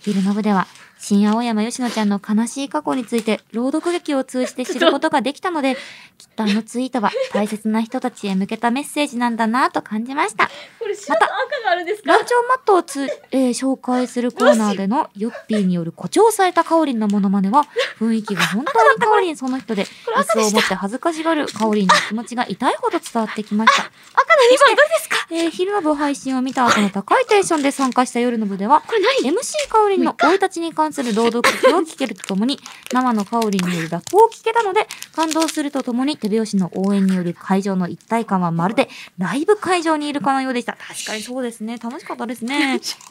S1: 昼の部では、新青山吉野ちゃんの悲しい過去について朗読劇を通じて知ることができたので、きっとあのツイートは大切な人たちへ向けたメッセージなんだなぁと感じました。
S2: これ白
S1: また
S2: と赤があるんですか
S1: ランチョンマットをつ、えー紹介するコーナーでのヨッピーによる誇張されたカオリンのモノマネ は雰囲気が本当にカオリンその人で椅子を持って恥ずかしがるカオリンの気持ちが痛いほど伝わってきま した赤の2番どうですかえー昼の部配信を見た後の高いテンションで参加した夜の部では
S2: これ何
S1: MC カオリンの生い立ちに関する朗読劇を聞けるとともに、生のカオリンによるラップを聞けたので、感動するとともに手拍子の応援による会場の一体感はまるでライブ会場にいるかのようでした。確かにそうですね。楽しかったですね。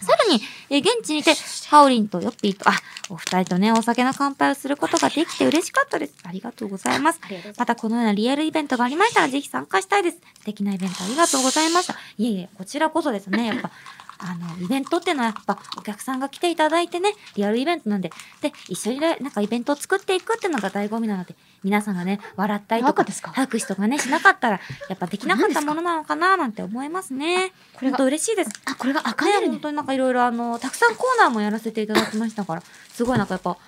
S1: さらに、えー現地にて、カオリンとヨッピーと、あ、お二人とね、お酒の乾杯をすることができて嬉しかったです。ありがとうございます。またこのようなリアルイベントがありましたら、ぜひ参加したいです。素敵なイベントありがとうございました。いえいえ、こちらこそです ね、やっぱ。あの、イベントっていうのはやっぱお客さんが来ていただいてね、リアルイベントなんで、で、一緒にねなんかイベントを作っていくっていうのが醍醐味なので、皆さんがね、笑ったりとか、拍手とかね、しなかったら、やっぱできなかったものなのかななんて思いますね。これと嬉しいです。
S2: あ、これが赤
S1: ね
S2: メル
S1: 本
S2: ね。
S1: 当になんかいろいろあの、たくさんコーナーもやらせていただきましたから、すごいなんかやっぱ、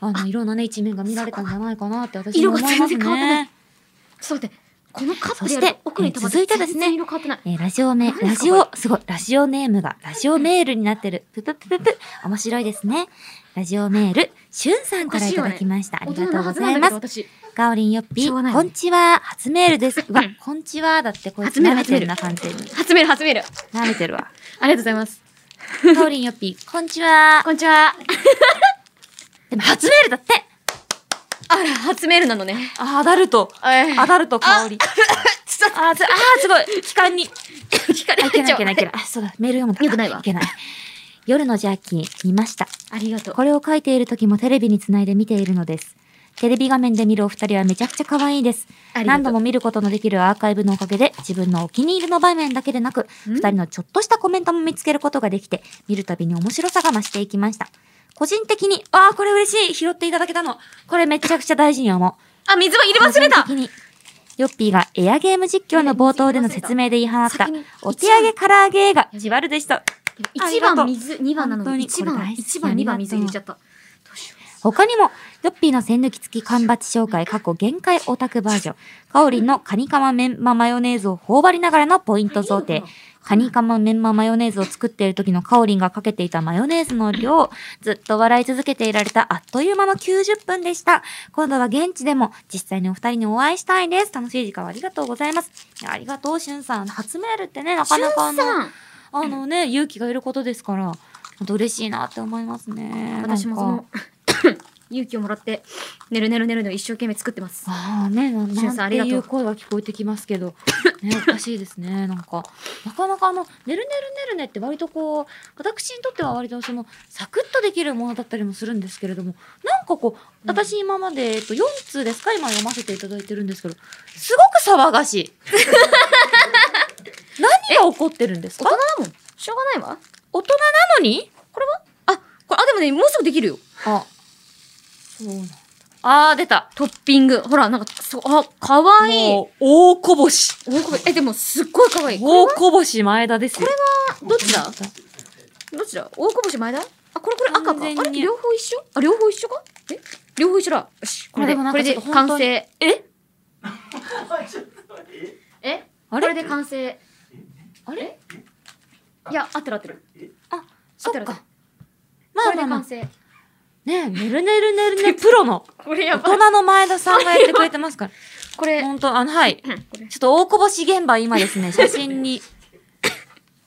S1: あの、いろんなね、一面が見られたんじゃないかなって私も
S2: 色が
S1: 思います
S2: 全然変わってない
S1: ね。
S2: ちょっと待って、このカップ
S1: そし
S2: で
S1: て
S2: やる奥に溜まって
S1: えー続いてですね
S2: 全然色変わってない。
S1: えーラジオ名、ラジオ、すごい、ラジオネームが、ラジオメールになってる。ぷぷぷぷぷ。面白いですね。ラジオメール、しゅんさんからいただきました。あ
S2: 大
S1: りが
S2: 人
S1: と
S2: の
S1: うご
S2: はず
S1: ざ
S2: ないんだ
S1: ま
S2: け
S1: す
S2: ど。私。
S1: ガオリンよっぴ
S2: しょうがない
S1: ー、
S2: ね
S1: こんちは、初メール です。うわ、こんちは、だってこいつ
S2: 初メー
S1: 舐め
S2: ル
S1: てるな、完全に。
S2: 初メール、初メール。あ
S1: 舐めてるわ。
S2: りがとうございます。
S1: ガオリンよっぴー、こんちは。
S2: こんにちは。
S1: でも、初メールだって
S2: あら、初メールなのね。
S1: あ、アダルト。
S2: え
S1: アダルト香り。あ、すあー、すごい。期間に。
S2: 聞かれ
S1: あいけないいけないいけ
S2: い。
S1: ない。あ、そうだ、メール読むんだ。
S2: よくないわ
S1: いけない。夜のジャーキー、見ました。
S2: ありがとう。
S1: これを書いている時もテレビにつないで見ているのです。テレビ画面で見るお二人はめちゃくちゃ可愛いです。
S2: ありがと
S1: 何
S2: う
S1: 度も見ることのできるアーカイブのおかげで、自分のお気に入りの場面だけでなく、二人のちょっとしたコメントも見つけることができて、見るたびに面白さが増していきました。個人的に、ああ、これ嬉しい拾っていただけたの。これめちゃくちゃ大事に思う。
S2: あ、水は入れ忘れた
S1: 個人的にヨッピーがエアゲーム実況の冒頭での説明で言い放った
S2: 先に、
S1: お手上げ唐揚げがジバルでした。あり
S2: 一
S1: がと
S2: 番
S1: う
S2: 水、二番なの
S1: 本当に
S2: に、一
S1: これ
S2: 番、
S1: 大好き
S2: 一番、二番
S1: ありがと
S2: 水
S1: う
S2: 入れちゃった。どうしよ
S1: 他にも、ヨッピーの栓抜き付き缶バッチ紹介過去限界オタクバージョン、カオリンのカニカマメンママヨネーズを頬張りながらのポイント贈呈、カニカマメンママヨネーズを作っている時のカオリンがかけていたマヨネーズの量、ずっと笑い続けていられたあっという間の90分でした。今度は現地でも実際にお二人にお会いしたいです。楽しい時間をありがとうございます。いやありがとう、しゅんさん。初メールってね、なかなかあ
S2: う。
S1: の、
S2: さん、
S1: あのね、勇気がいることですから、本当嬉しいなって思いますね。
S2: 私もそ
S1: なんか
S2: の、勇気をもらって、ねるねるねるの一生懸命作ってます。
S1: ああね、な
S2: シュンさん
S1: な
S2: あ
S1: ん
S2: り
S1: て
S2: がと
S1: いうう声が聞こえてきますけど、 ね、おかしいですね。なんか、なかなかあの、ねるねるねるねって割とこう、私にとっては割とその、サクッとできるものだったりもするんですけれども、なんかこう、私今まで、えっと、4通ですか今読ませていただいてるんですけど、すごく騒がし い。何が起こってるんですか
S2: だもん。しょうがないわ。
S1: 大人なのに
S2: あ、これ、あ、でもね、もうすぐできるよ。
S1: あ、そうなんだ。あー、出た。
S2: トッピング。ほら、なんか、そう、あ、かわいい。
S1: もう大こぼし。
S2: 大こぼえ、でも、すっごいかわいい。こ
S1: 大こぼし前田ですよ。こ
S2: れは、どっち
S1: れ
S2: だどっちだ大こぼし前だあ、これこれ赤
S1: 完
S2: か。
S1: 全
S2: あ
S1: に
S2: れ、両方一緒あ、両方一緒かえ両方一緒だ。よし、これで、
S1: あでもなん
S2: こ
S1: か
S2: れ
S1: ち
S2: で
S1: ょっと本
S2: 完
S1: 当に
S2: 成。
S1: え
S2: え
S1: あ
S2: こ
S1: れ
S2: れで完成。
S1: あれ
S2: いや、合ってる合ってる。
S1: そっ
S2: 合ってる合って
S1: か
S2: る。
S1: ま
S2: こ
S1: あ
S2: れ
S1: ま
S2: で
S1: あまあ
S2: 完。成。
S1: ねえ、ねるねるねるね、プロの、
S2: これ
S1: 大
S2: やばい。
S1: 人の前田さんがやってくれてます か
S2: これ
S1: ら。、本当あの、はい。ちょっと大こぼし現場今です ね、写真に、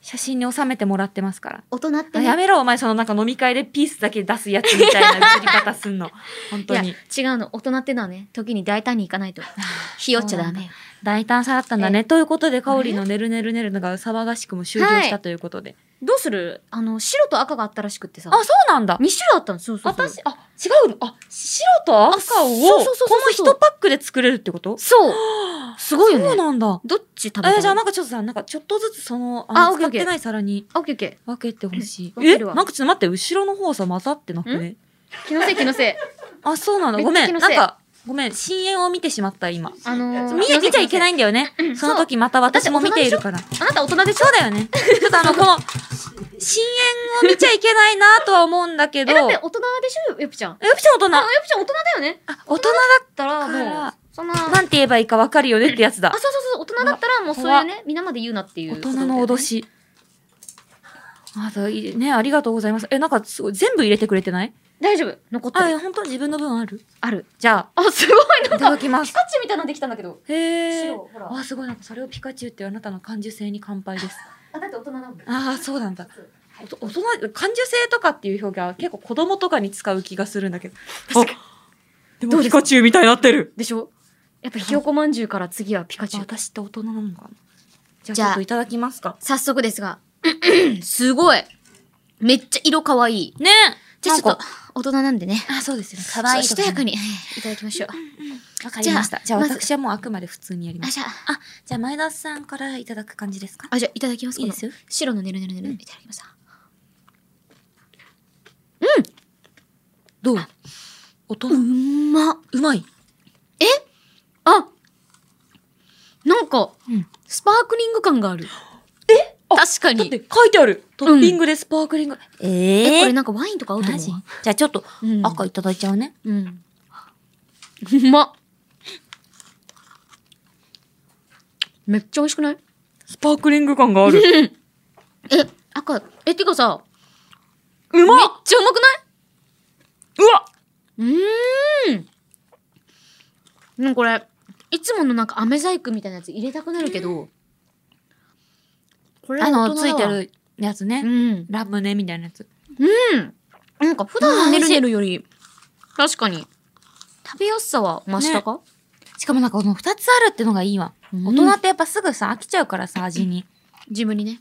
S1: 写真に収めてもらってますから。
S8: 大人っ
S1: あ
S8: て
S1: や
S8: ね、
S1: めろ、お前、そのなんか飲み会でピースだけ出すやつみた いな売り方すんの。本
S2: い
S1: 当
S2: や、
S1: に。
S2: 違うの。大人ってのはね、時に大胆に行かないと。ひよっちゃダメよ。
S1: 大胆さだったんだね。ということで、香りのねるねるねるのが騒がしくも終了したということで。
S2: どうするあの、白と赤があったらしくってさ。
S1: あ、そうなんだ。
S2: 2種類あったのそうそうそう。
S1: 私、あ、違うのあ、白と赤を、こ
S2: そうそうそうそうそう
S1: の1パックで作れるってこと
S2: そう。すごいよね。
S1: そうなんだ。
S2: どっち食べた
S1: えー、じゃあ
S2: の
S1: なんかちょっとさ、なんかちょっとずつその、
S2: あ
S1: あ
S2: オ
S1: の、使っ
S2: ッケーオッケー
S1: てない皿に
S2: あ、オッケーオッケ
S1: 分けてほしい。
S2: うん 分
S1: え
S2: けるわ
S1: なんかちょっと待って、後ろの方さ、混ざってなくね。
S2: ー。気のせい気の せい。
S1: あ、そうなの
S2: めっち
S1: ご
S2: ゃ
S1: め
S2: 気
S1: ん。
S2: の
S1: な
S2: せ
S1: ん
S2: い
S1: か、ごめん、深淵を見てしまった、今。
S2: あのー、。
S1: 見え見ちゃいけないいんだよね。その時また私も見ているから。
S2: あなた大人でしょ
S1: そうだよね。ちょっとあの、この、
S9: 深淵を見ちゃいけないなとは思うんだけど、
S2: え、
S9: え、
S2: だ
S9: よ
S2: って大人でしょ、よぴちゃん。あ、よ
S9: ぴちゃん大人。
S2: ぴちゃん大人だよね。だっ
S9: 大人
S2: たら、
S9: だ
S2: もう、
S9: か
S2: そんな、
S9: ら、なんて言えばいいかわかるよねってやつだ
S2: あ、。そうそうそう、大人だったら、もうそういうね、皆まで言うなっていう。
S1: 大人の脅。し。あと、いいね、ありがとうございます。え、なんか、すごい、全部入れてくれてない
S2: 大丈夫。残って
S1: あ、
S2: る。
S1: え本当自分の分ある
S2: ある。
S1: じゃ
S2: あ、すごい。
S1: あ、いただきます
S2: ピ。カチュウみたいなのできたんだけど。
S1: へえ
S2: 白、。ほら。
S1: あ、すごい、なんか、それをピカチュウっていうあなたの感受性に乾杯 です。
S2: あ、だって大人だもん。
S1: ああ、そうなんだ。おと大人、感受性とかっていう表現は結構子供とかに使う気がするんだけど。確かに。でも、ピカチュウみたいになってる。
S2: でしょやっぱひよこまんじゅうから次はピカチュウ。
S1: 私って大人なのかなじゃあ、ち
S2: じゃ
S1: ょ
S2: あ
S1: っといただきますか。
S2: 早速ですが、 すごい。めっちゃ色可愛い。
S1: ね
S2: じゃあちょ
S1: なん
S2: っと、大人なんでね。
S1: あ、そうですよね。か
S2: ちょ
S1: わ
S2: っとしとやかに、はいいただきましょう。
S1: わかりました。じ
S2: じ
S1: ゃ
S2: ゃ
S1: あ、
S2: あ
S1: 私はもうあくまで普通にやりま
S2: あ、
S1: す。
S2: じゃあ、
S1: じゃあ、前田さんからいただく感じですか
S2: あ、じゃあいただきます。
S1: いいですよ
S2: この白のねるねるねる、いただきます。
S1: どう大人
S2: うまっ。
S1: うまい。
S2: あなんか、
S1: うん
S2: スパークリング感がある。え確か
S1: だっ
S2: に。
S1: て書いてある。トッピングでスパークリング。
S2: え、
S1: え
S2: こ
S1: え
S2: れ。なんかワインとか合うと
S1: マ
S2: 思
S1: ジ
S2: うわ。
S1: じゃあちょっと
S2: うん
S1: 赤いただいちゃうね。
S2: うん。うまっ。めっちゃ美味しくない
S1: スパークリング感がある。
S2: え、赤、え、てかさ、
S1: うま
S2: めっ
S1: っ
S2: ちゃうまくないう
S1: わ
S2: うーん。でもこれ、いつものなんか飴細工みたいなやつ入れたくなるけど、これ
S1: あ
S2: は
S1: の、
S2: 大人
S1: つい
S2: だ
S1: て
S2: わ。
S1: るやつ
S2: う
S1: ね。
S2: ん。
S1: ラムネみたいなやつ。
S2: うん。なんか普段のねるねるより、確かに、食べやすさは増したか、
S1: しかもなんかこの二つあるってのがいいわ。
S2: うん
S1: 大人ってやっぱすぐさ、飽きちゃうからさ、味に。
S2: 自分にね。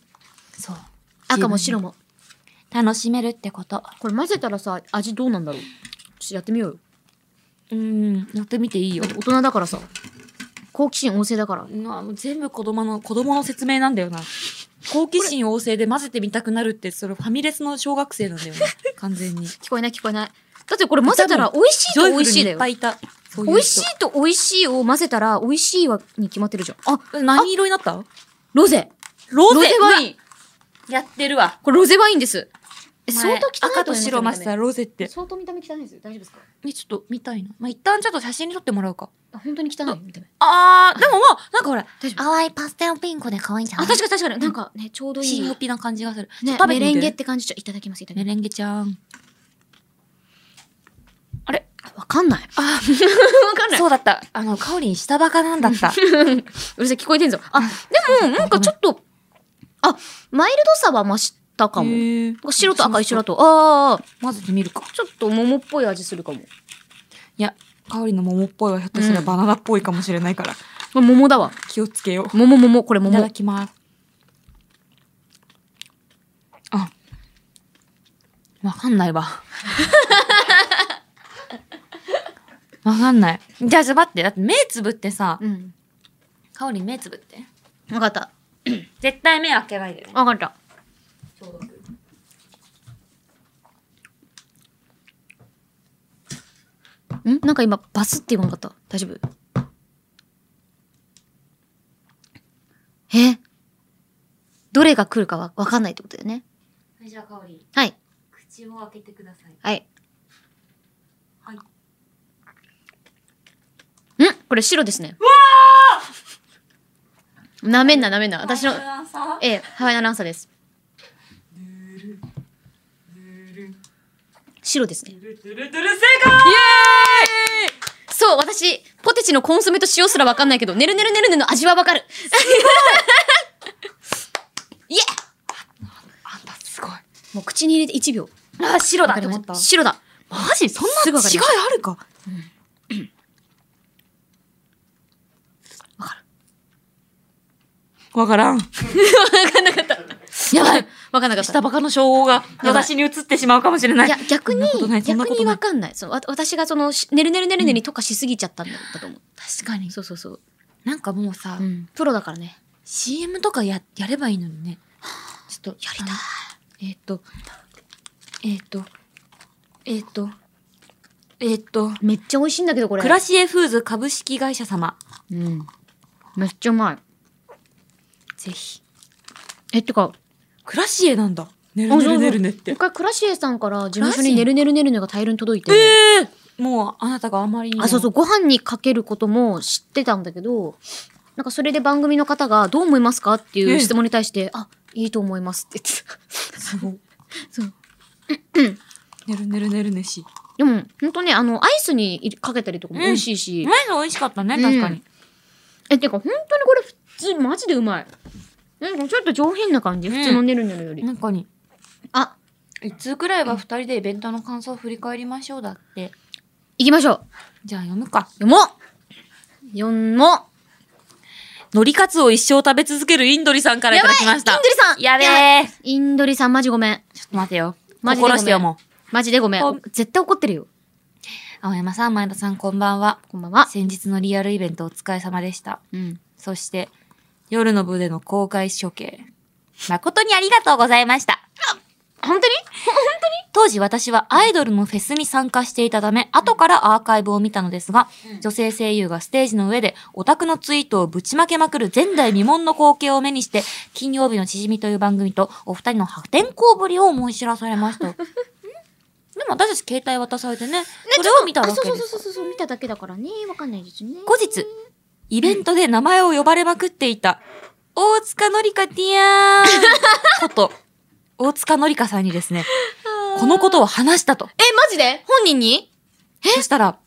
S1: そう。
S2: 赤も白も。
S1: 楽しめるってこと。
S2: これ混ぜたらさ、味どうなんだろうちょっとやってみようよ。
S1: うん、やってみていいよ
S2: だっ。て大人だからさ、好奇心旺盛だから。
S1: まあ、もう全部子供の、子供の説明なんだよな。好奇心旺盛で混ぜてみたくなるって、それファミレスの小学生なんだ よね。完全に。
S2: 聞こえない聞こえない。だってこれ混ぜたら美味しいと美味しい
S1: ジョイフルにい
S2: だ
S1: っ
S2: よ
S1: ぱ。いいた。そう
S2: 美
S1: いう
S2: 味
S1: 人
S2: しいと美味しいを混ぜたら美味しいはに決まってるじゃん。あ、
S1: え何色になった
S2: ロゼ。
S1: ロ
S2: ロゼワ
S1: ン
S2: イン。
S1: やってるわ。
S2: これロゼワインです。え、相当汚い
S1: 前赤と
S2: と思います
S1: 白を混ぜたら
S2: 見た目
S1: ロゼって。
S2: 相当見た目汚いですよ。大丈夫ですか
S1: え、ちょっと見たいな。まあ、一旦ちょっと写真に撮ってもらうか。
S2: あ、本当に汚い見た目。
S1: あー、でもまあ、なんかほら、
S2: 大丈夫
S10: 淡いパステルピンクで可愛いんじゃな
S2: あ、
S10: い
S2: 確かに確かに。なんかね、ちょうどいい。
S1: 新オ
S2: ね、
S1: ピな感じがする。食べ
S2: メ
S1: て
S2: レ
S1: みて
S2: ンゲって感じ。ちょ、いただきます。いただ
S1: メ
S2: きま
S1: レンゲちゃん。
S2: す。わかんない。 あ、わかんない。
S1: そうだった。あの、カオリン下バカなんだ った。
S2: うるせえ、聞こえてんぞ。あ、でも、なんかちょっと、あ、マイルドさは増したかも。なん
S1: へー
S2: か白と赤一緒だと、ああ、
S1: 混ぜてみるか。
S2: ちょっと桃っぽい味するかも。
S1: いや、カオリンの桃っぽいはひょっとしたら
S2: うん
S1: バナナっぽいかもしれないから、
S2: これ桃だわ。
S1: 気をつけよう。
S2: 桃桃、これ
S1: いただ
S2: 桃。
S1: きます。あ、わかんない わ。わかんない。じゃあ、ちょっと待って。だって目つぶってさ、
S2: うん。
S1: かおりん目つぶって。
S2: わかった。
S1: 絶対目開けないでね。
S2: わかった。んなんか今、バスって言わなかった。大丈夫えどれが来るかわわかんないってことだよね。
S1: じゃあ、かおりん、
S2: はい。
S1: 口を開けてください。
S2: はい。
S1: はい
S2: んこれ白ですね。わなめんな、なめんな。私の、
S1: さ
S2: ええ、ハワイアナウンサーです。白ですね。そう、私、ポテチのコンソメと塩すらわかんないけど、ねるねるねるねの味はわかる。いえ
S1: あんたすごい。
S2: もう口に入れて1秒。
S1: あ、白だ
S2: わか
S1: と
S2: り
S1: 思
S2: まし
S1: った
S2: た。。白だ。
S1: マジそん
S2: すぐ
S1: な
S2: わか
S1: 違
S2: り
S1: い
S2: まし
S1: あるかわ
S2: わかる。
S1: からん。
S2: やばい。わかんなかった。
S1: 下バカの称号が私に移ってしまうかもしれない。
S2: いや、逆
S1: そ
S2: に
S1: んなことない、そんな
S2: 逆
S1: こと
S2: に
S1: ない
S2: わかんない。そのわ私がその、しねるねるねるねに特化しすぎちゃったんだったと思う。
S1: 確かに。
S2: そうそうそう。
S1: なんかもうさ、
S2: うん。プロだからね。
S1: CM とかややればいいのにね。ちょっとやりたい。えーっと、えーっと、えーっと、えーっと、
S2: めっちゃ美味しいんだけど、これ。
S1: クラシエフーズ株式会社様、
S2: うん。めっちゃうまい。
S1: ぜひ。
S2: え、ってか、
S1: クラシエなんだ。ねるねるねるねって
S2: 一。回クラシエさんから事務所にねるねるねるねが大量に届いて、
S1: もうあなたがあまりにも
S2: あそうそうご飯にかけることも知ってたんだけどなんかそれで番組の方が「どう思いますか?」っていう質問に対して「あいいと思います」って言ってた。
S1: すごい。
S2: そう。
S1: ねるねるねるねし。
S2: でも、ほんとね、あの、アイスにいかけたりとかも美味しいし。
S1: 前の美味しかったね、確かに。
S2: え、てか、ほんとにこれ普通、マジでうまい。なんかちょっと上品な感じ。
S1: ん
S2: 普通のねるねるより。
S1: なんかに。
S2: あ、
S1: いつくらいは二人でイベントの感想を振り返りましょうだって。
S2: 行きましょう。
S1: じゃあ読むか。
S2: 読もう読も
S1: のりかつを一生食べ続けるインドリさんからいただきました。
S2: インドリさん
S1: やべ
S2: や
S1: え。
S2: うインドリさん、マジごめん。
S1: ちょっと待てよ。
S2: マジでごめん
S1: 心してよ、もう。
S2: マジでごめん
S1: ほん。
S2: 絶対怒ってるよ。
S1: 青山さん、前田さん、こんばんは。
S2: こんばんは。
S1: 先日のリアルイベントお疲れ様でした。
S2: うん。
S1: そして、夜の部での公開処刑。誠にありがとうございました。
S2: 本当に
S1: 当時私はアイドルのフェスに参加していたため、後からアーカイブを見たのですが、女性声優がステージの上でオタクのツイートをぶちまけまくる前代未聞の光景を目に して、金曜日のしじみという番組とお二人の破天荒ぶりを思い知らされま した。んでも私たち携帯渡されてね、それを見たわけ
S2: あ、
S1: です
S2: そう
S1: から
S2: そうそうそうそう、見ただけだからね。わかんないですね。
S1: 後日、イベントで名前を呼ばれまくっていた、大塚のりかティアーンこと、大塚のりかさんに ですね、このことを話したと。
S2: え、マジで本人に
S1: そしたら、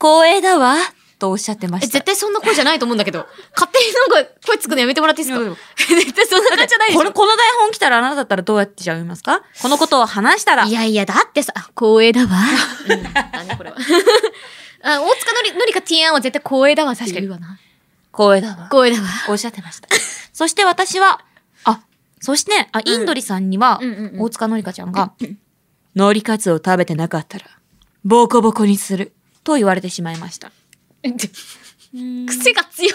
S1: 光栄だわ、とおっしゃってま
S2: え、
S1: した。
S2: 絶対そんな声じゃないと思うんだけど。勝手になんか声つくのやめてもらっていいです
S1: いやい
S2: か
S1: や
S2: 絶対そんな感じじゃないでし
S1: こ
S2: ょ
S1: の、この台本来たらあなただったらどうやってじゃあ読みますかこのことを話したら
S2: い、やいや、だってさ、光栄だわ。うん。 だね、これは。あ大塚のり、のりかティーアンは絶対光栄だわ。確かに。
S1: 光栄だわ、
S2: 光栄だわ。
S1: おっしゃってました。そして私は、あ、そしてね、あ、インドリさんには、
S2: うんうんうん
S1: 大塚のりかちゃんが、のりかつを食べてなかったら、ボコボコにする、と言われてしまいました。
S2: 癖が強い。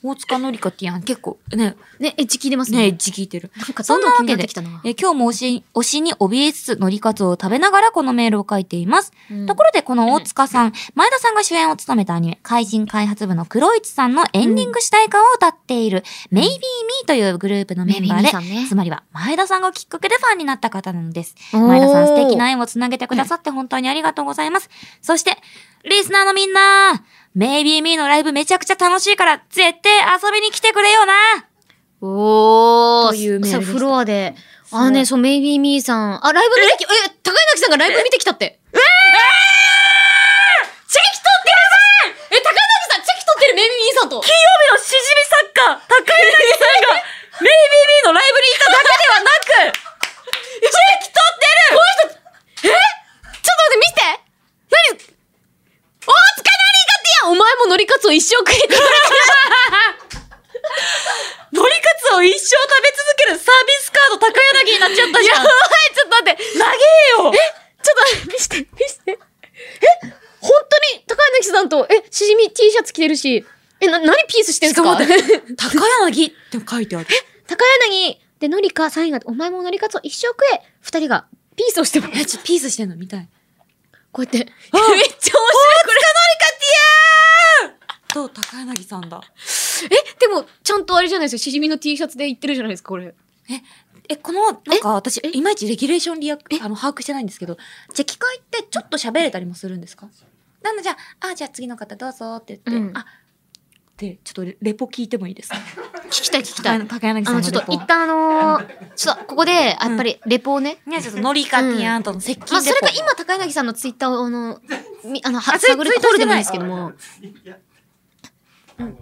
S1: 大塚のりかってやん、結構ね、
S2: ね、エッジ聞いてます
S1: ね、
S2: ね。
S1: 字聞いてる。
S2: なんか
S1: そ
S2: ど
S1: ん
S2: ん
S1: な
S2: ど
S1: わ
S2: ん気
S1: け
S2: になっ
S1: で
S2: てきたな、。
S1: え今日も推し推しに怯えつつ、のりかつを食べながらこのメールを書いています。
S2: うん
S1: ところで、この大塚さん、前田さんが主演を務めたアニメ、怪人開発部の黒市さんのエンディング主題歌を歌っている、メイビーミーというグループのメンバーで、
S2: Maybe Me さんね
S1: つまりは前田さんがきっかけでファンになった方なのです。
S2: おー
S1: 前田さん素敵な縁をつなげてくださって本当にありがとうございます。そして、リスナーのみんな、メイビーミーのライブめちゃくちゃ楽しいから、絶対遊びに来てくれよな
S2: お
S1: というメールでした
S2: さフロアで。あ、ね、そう、メイビーミーさん。あ、ライブ見てき、え、高柳さんがライブ見てきたって。えチェキ取ってるえ、高柳さん、チェキ取ってるメイビーミーさんと。
S1: 金曜日のしじみ作家、高柳さんが、メイビーミーのライブに行っただけではなく、
S2: チェキ取ってるこの人、えちょっと待って、見せて何大塚のりかってやんお前ものりかつを一生食えてる。
S1: のりカツを一生食べ続けるサービスカード高柳になっちゃったじ
S2: や
S1: ゃ
S2: ば
S1: ん
S2: い、ちょっと待って。
S1: 長えよ
S2: ちょっと、見して、見して。え本当に、高柳さんと、え、しじみ T シャツ着てるし、え、な、何ピースしてんすか
S1: しか
S2: 高
S1: も 高柳って書いてある。
S2: 柳、で、のりか、サインが、お前ものりかつを一生食え、二人が、ピースをしてます。
S1: え、ちょっとピースしてんの見たい。
S2: こうやって。めっちゃ
S1: あ
S2: 面白い、こ
S1: と、高柳さんだ。
S2: れ。え、でも、ちゃんとあれじゃないですよ。しじみの T シャツで行ってるじゃないですか、これ。
S1: え、この、なんか私、いまいちレギュレーションリアあの、把握してないんですけど、チェキ会ってちょっと喋れたりもするんですかなんだ、じゃあ、あ、じゃあ次の方どうぞって言って、
S2: うん
S1: あ、で、ちょっとレレポ聞いてもいいですか
S2: 聞きたい、聞
S1: 高
S2: きたい。
S1: 柳高柳
S2: あ
S1: さん
S2: の、
S1: の
S2: ち
S1: レ
S2: ょっと、
S1: ポ。
S2: 一旦あのー、ちょっと、ここで、やっぱり、レポをね。
S1: ね、ちょっとノリカティアンとの接近レポ。
S2: まあ、それか今、高柳さんのツイッターを、あの、みあの、は
S1: あツイ
S2: 探るところでもいいんですけども。
S11: いや、あの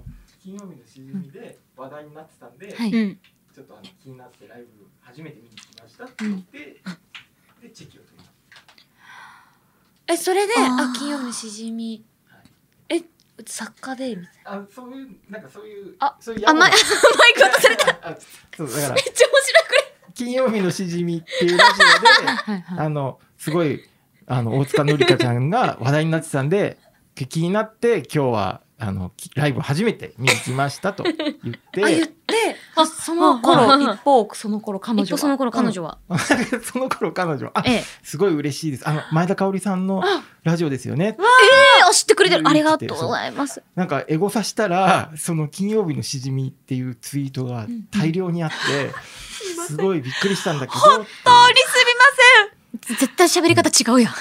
S11: 金曜日のしじみで話題になってたんで、
S1: はい
S2: うん。
S11: ちょっとあの気になってライブ初めて見に来ましたって言って、でチェキを取りまし
S1: え、それで、
S2: あー
S1: あ、金曜日のしじみ。え、作家で、みたい
S11: た。あ、そういうなんかそういう
S1: あ
S11: そういう
S2: あ、ま、マイク落とされた。
S11: た。そうだから
S2: めっちゃ面白い、これ。
S11: 金曜日のしじみっていうラジオで
S1: な。はいはい。
S11: あのすごいあの大塚のりかちゃんが話題になってたんで気になって今日はあのきライブ初めて見に来ましたと言って
S1: あ、言って、
S2: あ
S1: その頃、
S2: はいはいはい
S1: 一方、その頃彼
S2: 一
S1: 女
S2: 方
S1: は。
S2: その頃彼女は。
S11: その頃彼女はあ
S2: ええ。
S11: すごい嬉しいですあの前田香織さんのラジオですよね
S2: あ、知ってくれてる。ありがとうございます。
S11: なんかエゴさしたらその金曜日のしじみっていうツイートが大量にあって、すごいびっくりしたんだけど
S12: 当にすみま
S2: 絶対喋り方違うやん。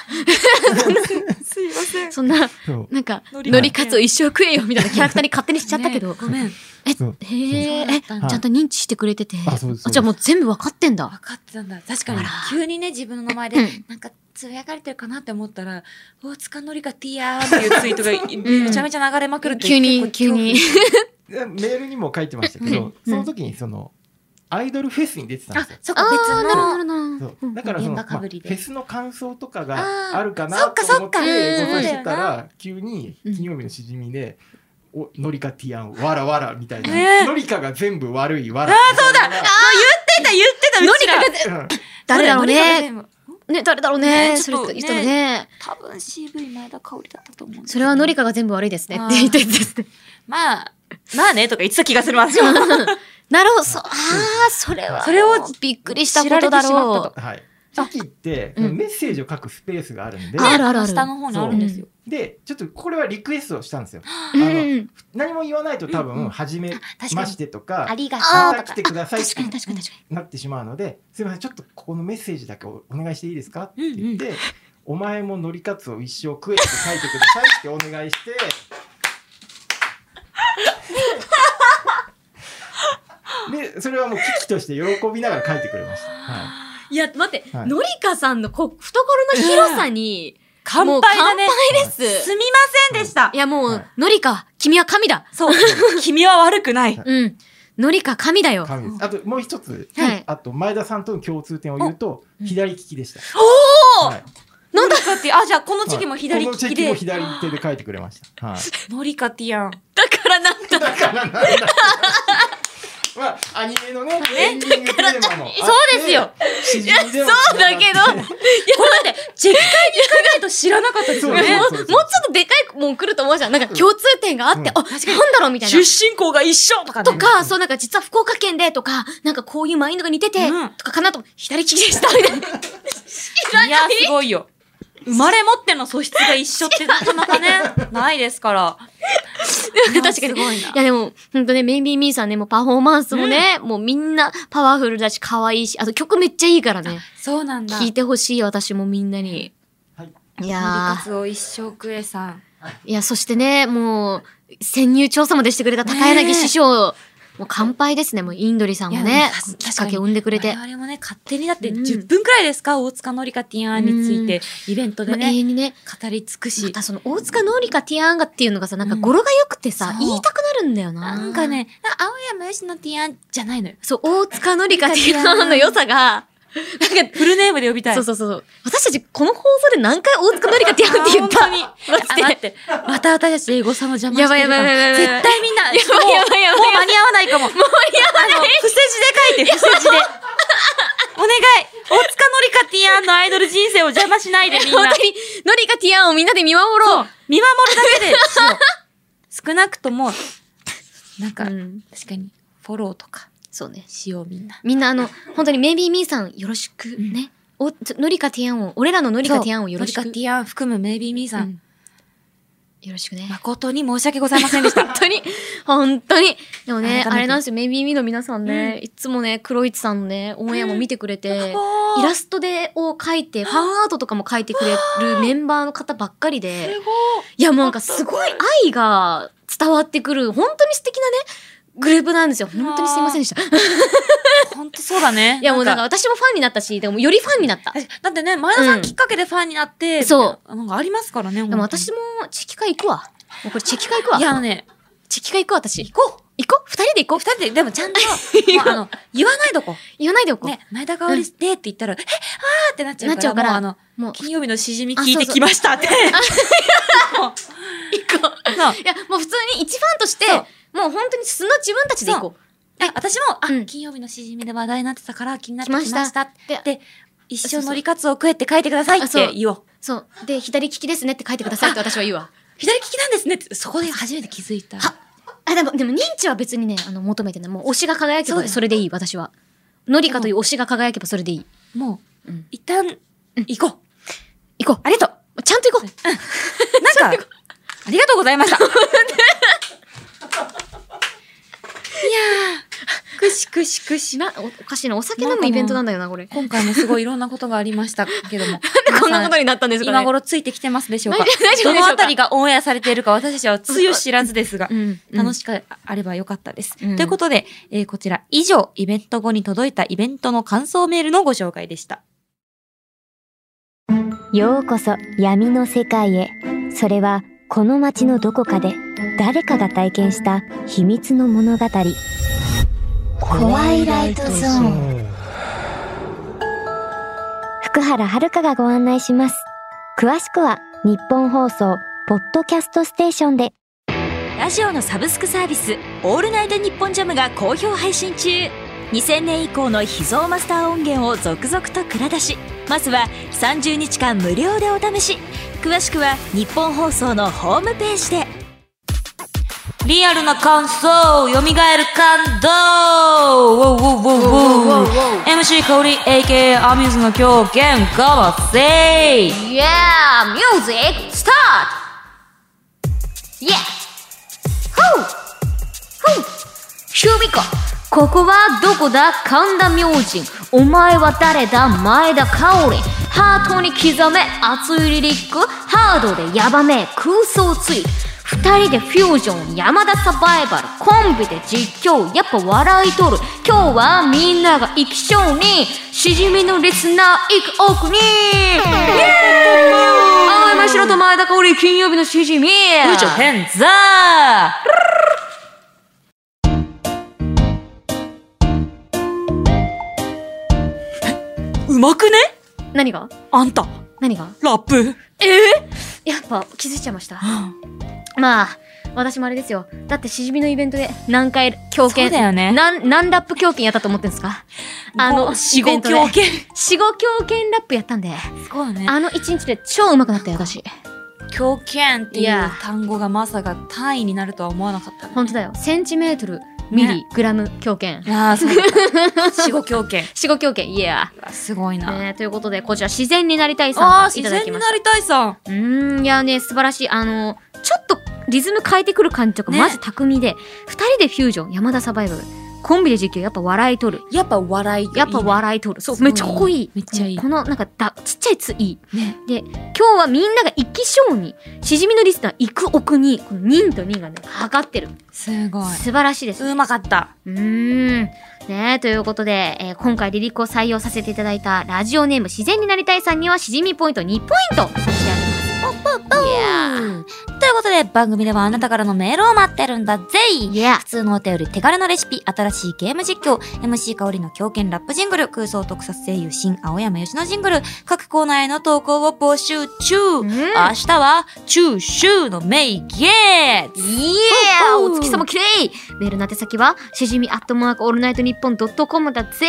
S1: すいません。
S2: そんな、
S11: そう
S2: なんか、
S1: ノ
S2: のりかつを一生食えよみたいなキャラクターに勝手にしちゃったけど。
S1: ごめん。
S2: え、
S11: そう
S2: へえ、え、ち
S1: そうだったん
S2: ゃ
S11: だ
S2: んと認知してくれてて。
S11: あそうですそうです
S2: じゃあもう全部わかってんだ。
S1: 分かってたんだ。確かに
S2: あら、
S1: 急にね、自分の名前
S2: う
S1: で
S2: ん、
S1: なんか、つぶやかれてるかなって思ったら、大塚のりかティアーっていうツイート がいめちゃめちゃ流れまくるっていう
S2: 急に、
S1: 結
S2: 急
S1: 構
S2: に。
S11: メールにも書いてましたけ
S2: う
S11: ど
S2: ん
S11: その時にそのアイドルフェスに出てたんですよ
S1: そっ
S2: あ
S1: か、別
S2: ー、なるほ
S1: の
S2: ど、。なる
S11: そ
S2: ほど。
S11: うだからその、
S1: 現
S11: ま
S1: 場
S11: あ
S1: か
S11: フ
S1: ぶりで
S11: ェスの感想とか
S1: あ
S11: が
S1: ー
S11: あるか
S1: そ
S11: な
S1: っか
S11: と思っ
S1: そっか
S11: てご
S1: うん
S11: 探してたら急に
S2: うん
S11: 金曜日のしじみで「おのりかティアンわらわら」みたい
S1: ねえ
S11: な「のりかが全部悪いわら」ああそうだ
S1: 言ってた、言ってた、うちら。
S2: 誰だろうね。
S1: ね。
S2: ね、誰だろうね。
S1: ね
S2: そ
S1: ち
S2: れ
S1: ょっと
S2: 言ったのね。
S1: 多分 CV 前田香織だったと思うんだけど。
S2: それはのりかが全部悪いですね。
S1: あ
S2: っ
S1: ー
S2: て言ってですね。
S1: まあ、まあね、とか言ってた気がする ますよ。
S2: なるほど、そう、ああ、それは。
S1: それを
S2: びっくりしたことだ
S1: 知られてしまったと
S2: ろう。
S11: はい時って
S2: うん
S11: メッセージを書くスペースがあるんで、
S2: あるあるある。
S1: 下の方にあるんですよ。
S11: でちょっとこれはリクエストをしたんですよ。
S2: うん
S11: あの
S2: うん。
S11: 何も言わないと多分「はじめまして」とか
S1: ありがと
S11: ま
S1: うと
S11: た来
S1: か。
S11: てください」って
S2: 確かに確か
S11: なってしまうので「すみませんちょっとここのメッセージだけおお願いしていいですか?」って言って「お前ものりかつを一生食え」って書いてくださいってお願いし てででそれはもう危機として喜びながら書いてくれました。はい
S2: に。いや、待って、
S11: はい
S2: のりかさんのこ懐の広さに、
S1: 乾
S2: もう
S1: 杯だね。
S2: 乾杯です
S1: す。みませんでした
S2: い。やも
S11: は
S2: う
S11: い、
S2: のりか、君は神だ。
S1: そう。君は悪くない。
S2: うん。のりか、神だよ。
S11: 神ですあともう一つ、
S2: はい
S11: あと前田さんとの共通点を言うと左利きでした。
S1: おー
S11: はい
S1: なんだかって、あ、じゃあこの時期も左利
S11: この
S1: き
S11: 時期も
S1: で。
S11: 左手で書いてくれました。はい
S1: ノリカティアン。
S2: だからなんと、
S11: だからなんだ。まあ、アニメのね、エンディングテーマもあって。
S2: そうですよ。
S11: しじみでも
S2: そうだけど、いや、待って、
S1: 絶対に行かないと知らなかったですよ
S11: そう
S1: ね
S11: ね。
S2: もうもうちょっとでかいもん来ると思うじゃん。なんか共通点があって、
S11: うん
S2: あ、なんだろうみたい
S1: 出
S2: な。
S1: 身校が一緒とかね
S2: と。か、そうなんか実は福岡県でとか、なんかこういうマインドが似てて、
S1: うん
S2: とかかなと思左利きでしたみたいな。
S1: いや、すごいよ。生まれ持っての素質が一緒ってなかなかね、 ないですから。
S2: 確かに。
S1: すごいない
S2: やでも、ほんとね、メイビーミーさんね、もうパフォーマンスもね、もうみんなパワフルだし、可愛いし、あと曲めっちゃいいからね。
S1: そうなんだ。
S2: 聴いてほしい、私もみんなに。
S11: はい
S2: い
S1: ノ
S2: や
S1: リカツを一生食えさん。
S2: ー、いや、そしてね、もう、潜入調査までしてくれた高柳師匠、もう乾杯ですね、もうインドリさんも
S1: い
S2: ね
S1: や確か、に
S2: きっかけを生んでくれて。
S1: 我々もね、勝手にだって
S2: うん
S1: 10分くらいですか、大塚のりかティアンについて、イベントで
S2: まあ永
S1: ね、
S2: 遠にね、
S1: 語り尽く
S2: ま。
S1: した
S2: その大塚のりかティアンガっていうのがさ、なんか語呂が良くてさ、
S1: うんそう
S2: 言いたくなるんだよな。
S1: なんか。ね、あ青山よしのティアンじゃないのよ。
S2: そう、大塚のりかティアンの良さが、なんか、
S1: フルネームで呼びたい。
S2: そうそうそう。私たちこの放送で何回大塚のりかティアンって言った
S1: あ本当に。あ待って。また私たち英語さんの邪魔してる
S2: や
S1: かも
S2: ばいやばいやばい やばい
S1: 絶対みんな、もう
S2: やばいやばい
S1: もう間に合わないかも。もう間に合わない。伏せ字で書いて、伏せ字で。お願い。大塚のりかティアンのアイドル人生を邪魔しないでみん
S2: 本
S1: な。
S2: 当に、のりかティアンをみんなで見守ろう。
S1: 見守るだけでしよう。少なくとも、なんか、
S2: うん
S1: 確かに、フォローとか
S2: そうね。
S1: しようみんな。
S2: みんなあ の、本当にメイビーミーさんよろしくね。お、ちょのりかティアンを、俺らののりかティアンをよろしく。
S1: のりかティアン含むメイビーミーさ、
S2: うんんよろしくね。
S1: 誠に申し訳ございませんで した。
S2: 本当に、本当に。でもね、
S1: 改め
S2: あ
S1: て
S2: れなんですよ、メイビーミーの皆さんね、いつもね、黒市さんのね、オンエアも見てくれて、イラストで、を描いて、ファンアートとかも描いてくれるメンバーの方ばっかりで、いや、もうなんかすごい愛が伝わってくる、本当に素敵なね、グループなんですよ。本当にすいませんでした。い
S1: 本当そうだね。
S2: や、もうなんか私もファンになったし、でもよりファンになった。
S1: 確かだってね、前田さ
S2: うん
S1: んきっかけでファンになって、。
S2: そう
S1: なんかありますからね、
S2: でも
S1: 本当に
S2: 私もチェキ会行くわ。もうこれチェキ会行くわ。
S1: いや、あのね、
S2: チェキ会行くわ、私。行こう行こう二人で行こ
S1: 二人で、でもちゃん と、もうあの、言わないとこ。
S2: う言わないでおこう。
S1: ね、前田香織でって言ったら、え、あーってなっちゃうから。
S2: なっちゃうから
S1: もあの、
S2: もう、
S1: 金曜日のしじみ
S2: あ
S1: 聞いてきました って。そう
S2: 行こう。いや、もう普通に一ファンとして、
S1: そう
S2: もう本当に素の自分たちで行こう。
S1: あ私も、あ、
S2: うん
S1: 金曜日のしじみで話題になってたから気になって
S2: 来
S1: き
S2: ま
S1: ま
S2: し
S1: したたって。
S2: で
S1: で、一生のりかつを食えって書いてくださいっ
S2: あそう
S1: て言おう。
S2: そう。で、左利きですねって書いてくださいって私は言うわ。
S1: 左利きなんですねって、そこで初めて気づいた。
S2: あ、でも、でも認知は別にね、あの、求めてない。もう推しが輝け
S1: そう
S2: ば
S1: です
S2: それでいい、私は。のりかという推しが輝けばそれでいい。
S1: もう、
S2: うん
S1: 一旦、行こう。
S2: 行こう。
S1: ありがとう。
S2: ちゃんと行こう。
S1: なんか、ありがとうございました。いやー、
S2: くしくしくしま、おおかしいな、お酒飲むイベントなんだよな、これ。
S1: 今回もすごいいろんなことがありましたけ ども。
S2: こんなことになったんですかね。
S1: 今頃ついてきてますでしょうか
S2: 大丈夫
S1: ど
S2: でしょうか
S1: のあたりがオンエアされているか私たちはつゆ知らずですが
S2: う、ん、
S1: 楽しくあればよかったです。
S2: うん
S1: ということで、えーこちら以上、イベント後に届いたイベントの感想メールのご紹介でした。
S7: ようこそ闇の世界へそれはこの街のどこかで誰かが体験した秘密の物語怖いライトゾーン福原遥がご案内します詳しくは日本放送ポッドキャストステーションで
S4: ラジオのサブスクサービス「オールナイトニッポンジャム」が好評配信中2000年以降の秘蔵マスター音源を続々と蔵出しまずは30日間無料でお試し詳しくは日本放送のホームページで
S1: リアルな感想、蘇る感動 !MC 香り AK アミューズの狂言、ガワセイ
S13: Yeah! Music start! Yeah! Ho! Ho! Here we go! ここはどこだ神田明神お前は誰だ前田香織ハートに刻め熱いリリックハードでヤバめ空想ツイ二人でフュージョン山田サバイバルコンビで実況やっぱ笑いとる今日はみんなが生き性にしじみのリスナー行く奥に青山城と前田香織金曜日のしじみ
S1: 部長変ザーうまくね
S2: 何が
S1: あんた、
S2: 何が
S1: ラップ。
S2: やっぱ気づいちゃいました。まあ、私もあれですよ。だってしじみのイベントで何回 狂
S1: そう
S2: 犬、
S1: だよね。
S2: 何、何ラップ狂犬やったと思ってんですかあの、
S1: 死
S2: イベ
S1: 後
S2: ントで
S1: 狂。犬。
S2: 死後狂犬ラップやったんで、
S1: すごいね
S2: あの一日で超上手くなったよ、私。
S1: 狂犬って
S2: い
S1: いう
S2: や
S1: 単語がまさか単位になるとは思わなかったね。
S2: 本当だよ。センチメートル、ミリ、グラム、狂犬。
S1: いやー、そう だ。死後狂犬。
S2: 死後狂犬、イエー。
S1: すごいな。
S2: ね、ということで、こちら、自然になりたいさん
S1: あ
S2: か
S1: あ、
S2: らい
S1: 自
S2: ただ
S1: 然
S2: き
S1: に
S2: ま
S1: な
S2: した。
S1: りたいさん。
S2: うーん、いやね、素晴らしい。あの、ちょっとリズム変えてくる感じとか、
S1: ね
S2: まず巧みで、二人でフュージョン、山田サバイバル、コンビで実況、やっぱ笑い取る。
S1: やっぱ笑い。
S2: やっぱ笑い取る。
S1: そう
S2: めっちゃかっこいい。
S1: めっちゃいい
S2: この、なんかだ、ちっちゃいついい。
S1: ね。
S2: で、今日はみんなが生き性に、しじみのリスナー、行く奥に、この人と人がね、測ってる。
S1: すごい。
S2: 素晴らしいです。
S1: うまかった。
S2: うーん。ねえ、ということで、えー今回リリコを採用させていただいたラジオネーム自然になりたいさんにはしじみポイント2ポイント差し上げます。いやー
S1: ということで、番組ではあなたからのメールを待ってるんだぜい
S2: いや
S1: 普通のお便り、手軽なレシピ、新しいゲーム実況、MC 香りの狂犬ラップジングル、空想特撮声優新青山吉野ジングル、各コーナーへの投稿を募集中、
S2: うん
S1: 明日は、中秋のメイゲー
S2: イエーお月様きれいメールの宛先は、しじみアットマークオールナイトニッポンドットコムだぜ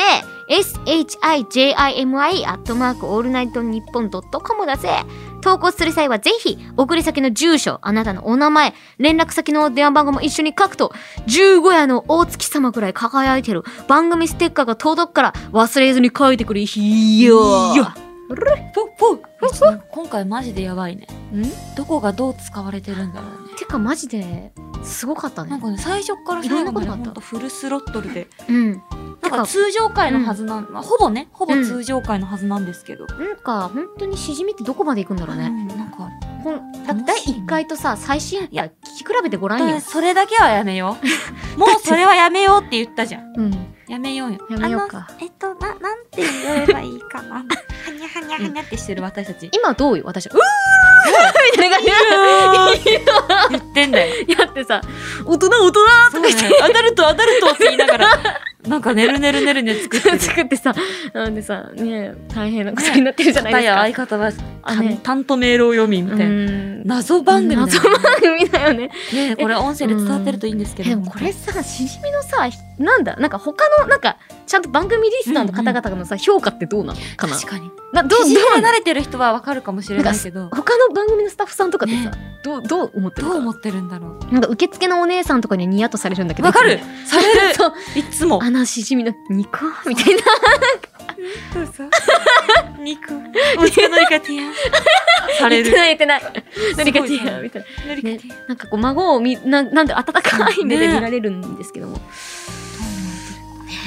S2: !shijimi アットマークオールナイトニッポンドットコムだぜ投稿する際はぜひ、送り先の住所、あなたのお名前、連絡先の電話番号も一緒に書くと、15夜の大月様くらい輝いてる番組ステッカーが届くから忘れずに書いてくれひよ
S1: いや今回マジでやばいね。どこがどう使われてるんだろうね。
S2: てかマジで、すごかった
S1: なん
S2: ね。
S1: かね、最初から
S2: いろ
S1: 最
S2: ん
S1: 後ま
S2: なこと
S1: で
S2: があった
S1: ほんとフルスロットルで。
S2: うん。
S1: なんか通常回のはずなん、まあほぼね、ほぼ
S2: うん
S1: 通常回のはずなんですけど。
S2: なんか本当にしじみってどこまで行くんだろう
S1: う
S2: ね。
S1: んなんか、
S2: ほんだって第1回とさ最新
S1: いや
S2: 回聞き比べてごらんよ。
S1: それだけはやめよ う。もうそれはやめようって言ったじゃん。
S2: うん、
S1: やめようよ。
S2: やめようか
S1: あの。えっと、な、なんて言えばいいかな。はにゃはにゃはにゃってしてる私たち。
S2: 今どうよ私は「うー!」みたいな感
S1: 言ってんだよ。
S2: じでやってさ「大人大人!」
S1: そうね。当たると当たるとって言いながら、なんかねるねるねるね作 ってる。
S2: 作ってさなんでさねえ大変なことになってるじゃない
S1: 片
S2: です
S1: や
S2: か。
S1: 相方は
S2: あね
S1: 担当メールを読みみ
S2: う
S1: たいな。
S2: ん
S1: 謎番組だよね
S2: 謎番組だよね。
S1: ねえこれ音声で伝わってるといいんですけど。
S2: えでもこれさしじみのさひなんだなんか他のなんかちゃんと番組リスナーの方々のさ、評価ってどうなのかな
S1: 確かに。
S2: などう
S1: 記事
S2: どうなの
S1: が慣れてる人はわかるかもしれないけど、
S2: 他の番組のスタッフさんとかってさ、どうどう思ってる
S1: どう
S2: のかな
S1: 思ってるんだろ
S2: なんか受付のお姉さんとかにはニヤッとされるんだけ
S1: う。
S2: ど
S1: わかるされる
S2: そう
S1: いつも。
S2: あのしじみのニコみたいな
S1: そうそう。肉。お茶のりかてや。され
S2: 言ってな
S1: る。
S2: い言ってないのりか
S1: す
S2: ち
S1: ごい
S2: やみたいな
S1: のりかてや。
S2: なんかこう孫をみななんで温かい目で見られるんですけども、ね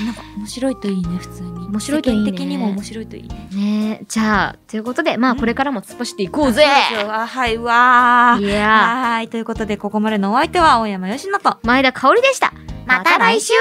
S1: なんか面白いといいね普通に面
S2: 白いといいね
S1: 的にも面白いといいね
S2: ねえじゃあということでまあこれからも突っ走っていこうぜ
S1: そうですよあはいわー
S2: いや
S1: はーいということでここまでのお相手は大山よしと
S2: 前田香織でしたまた来週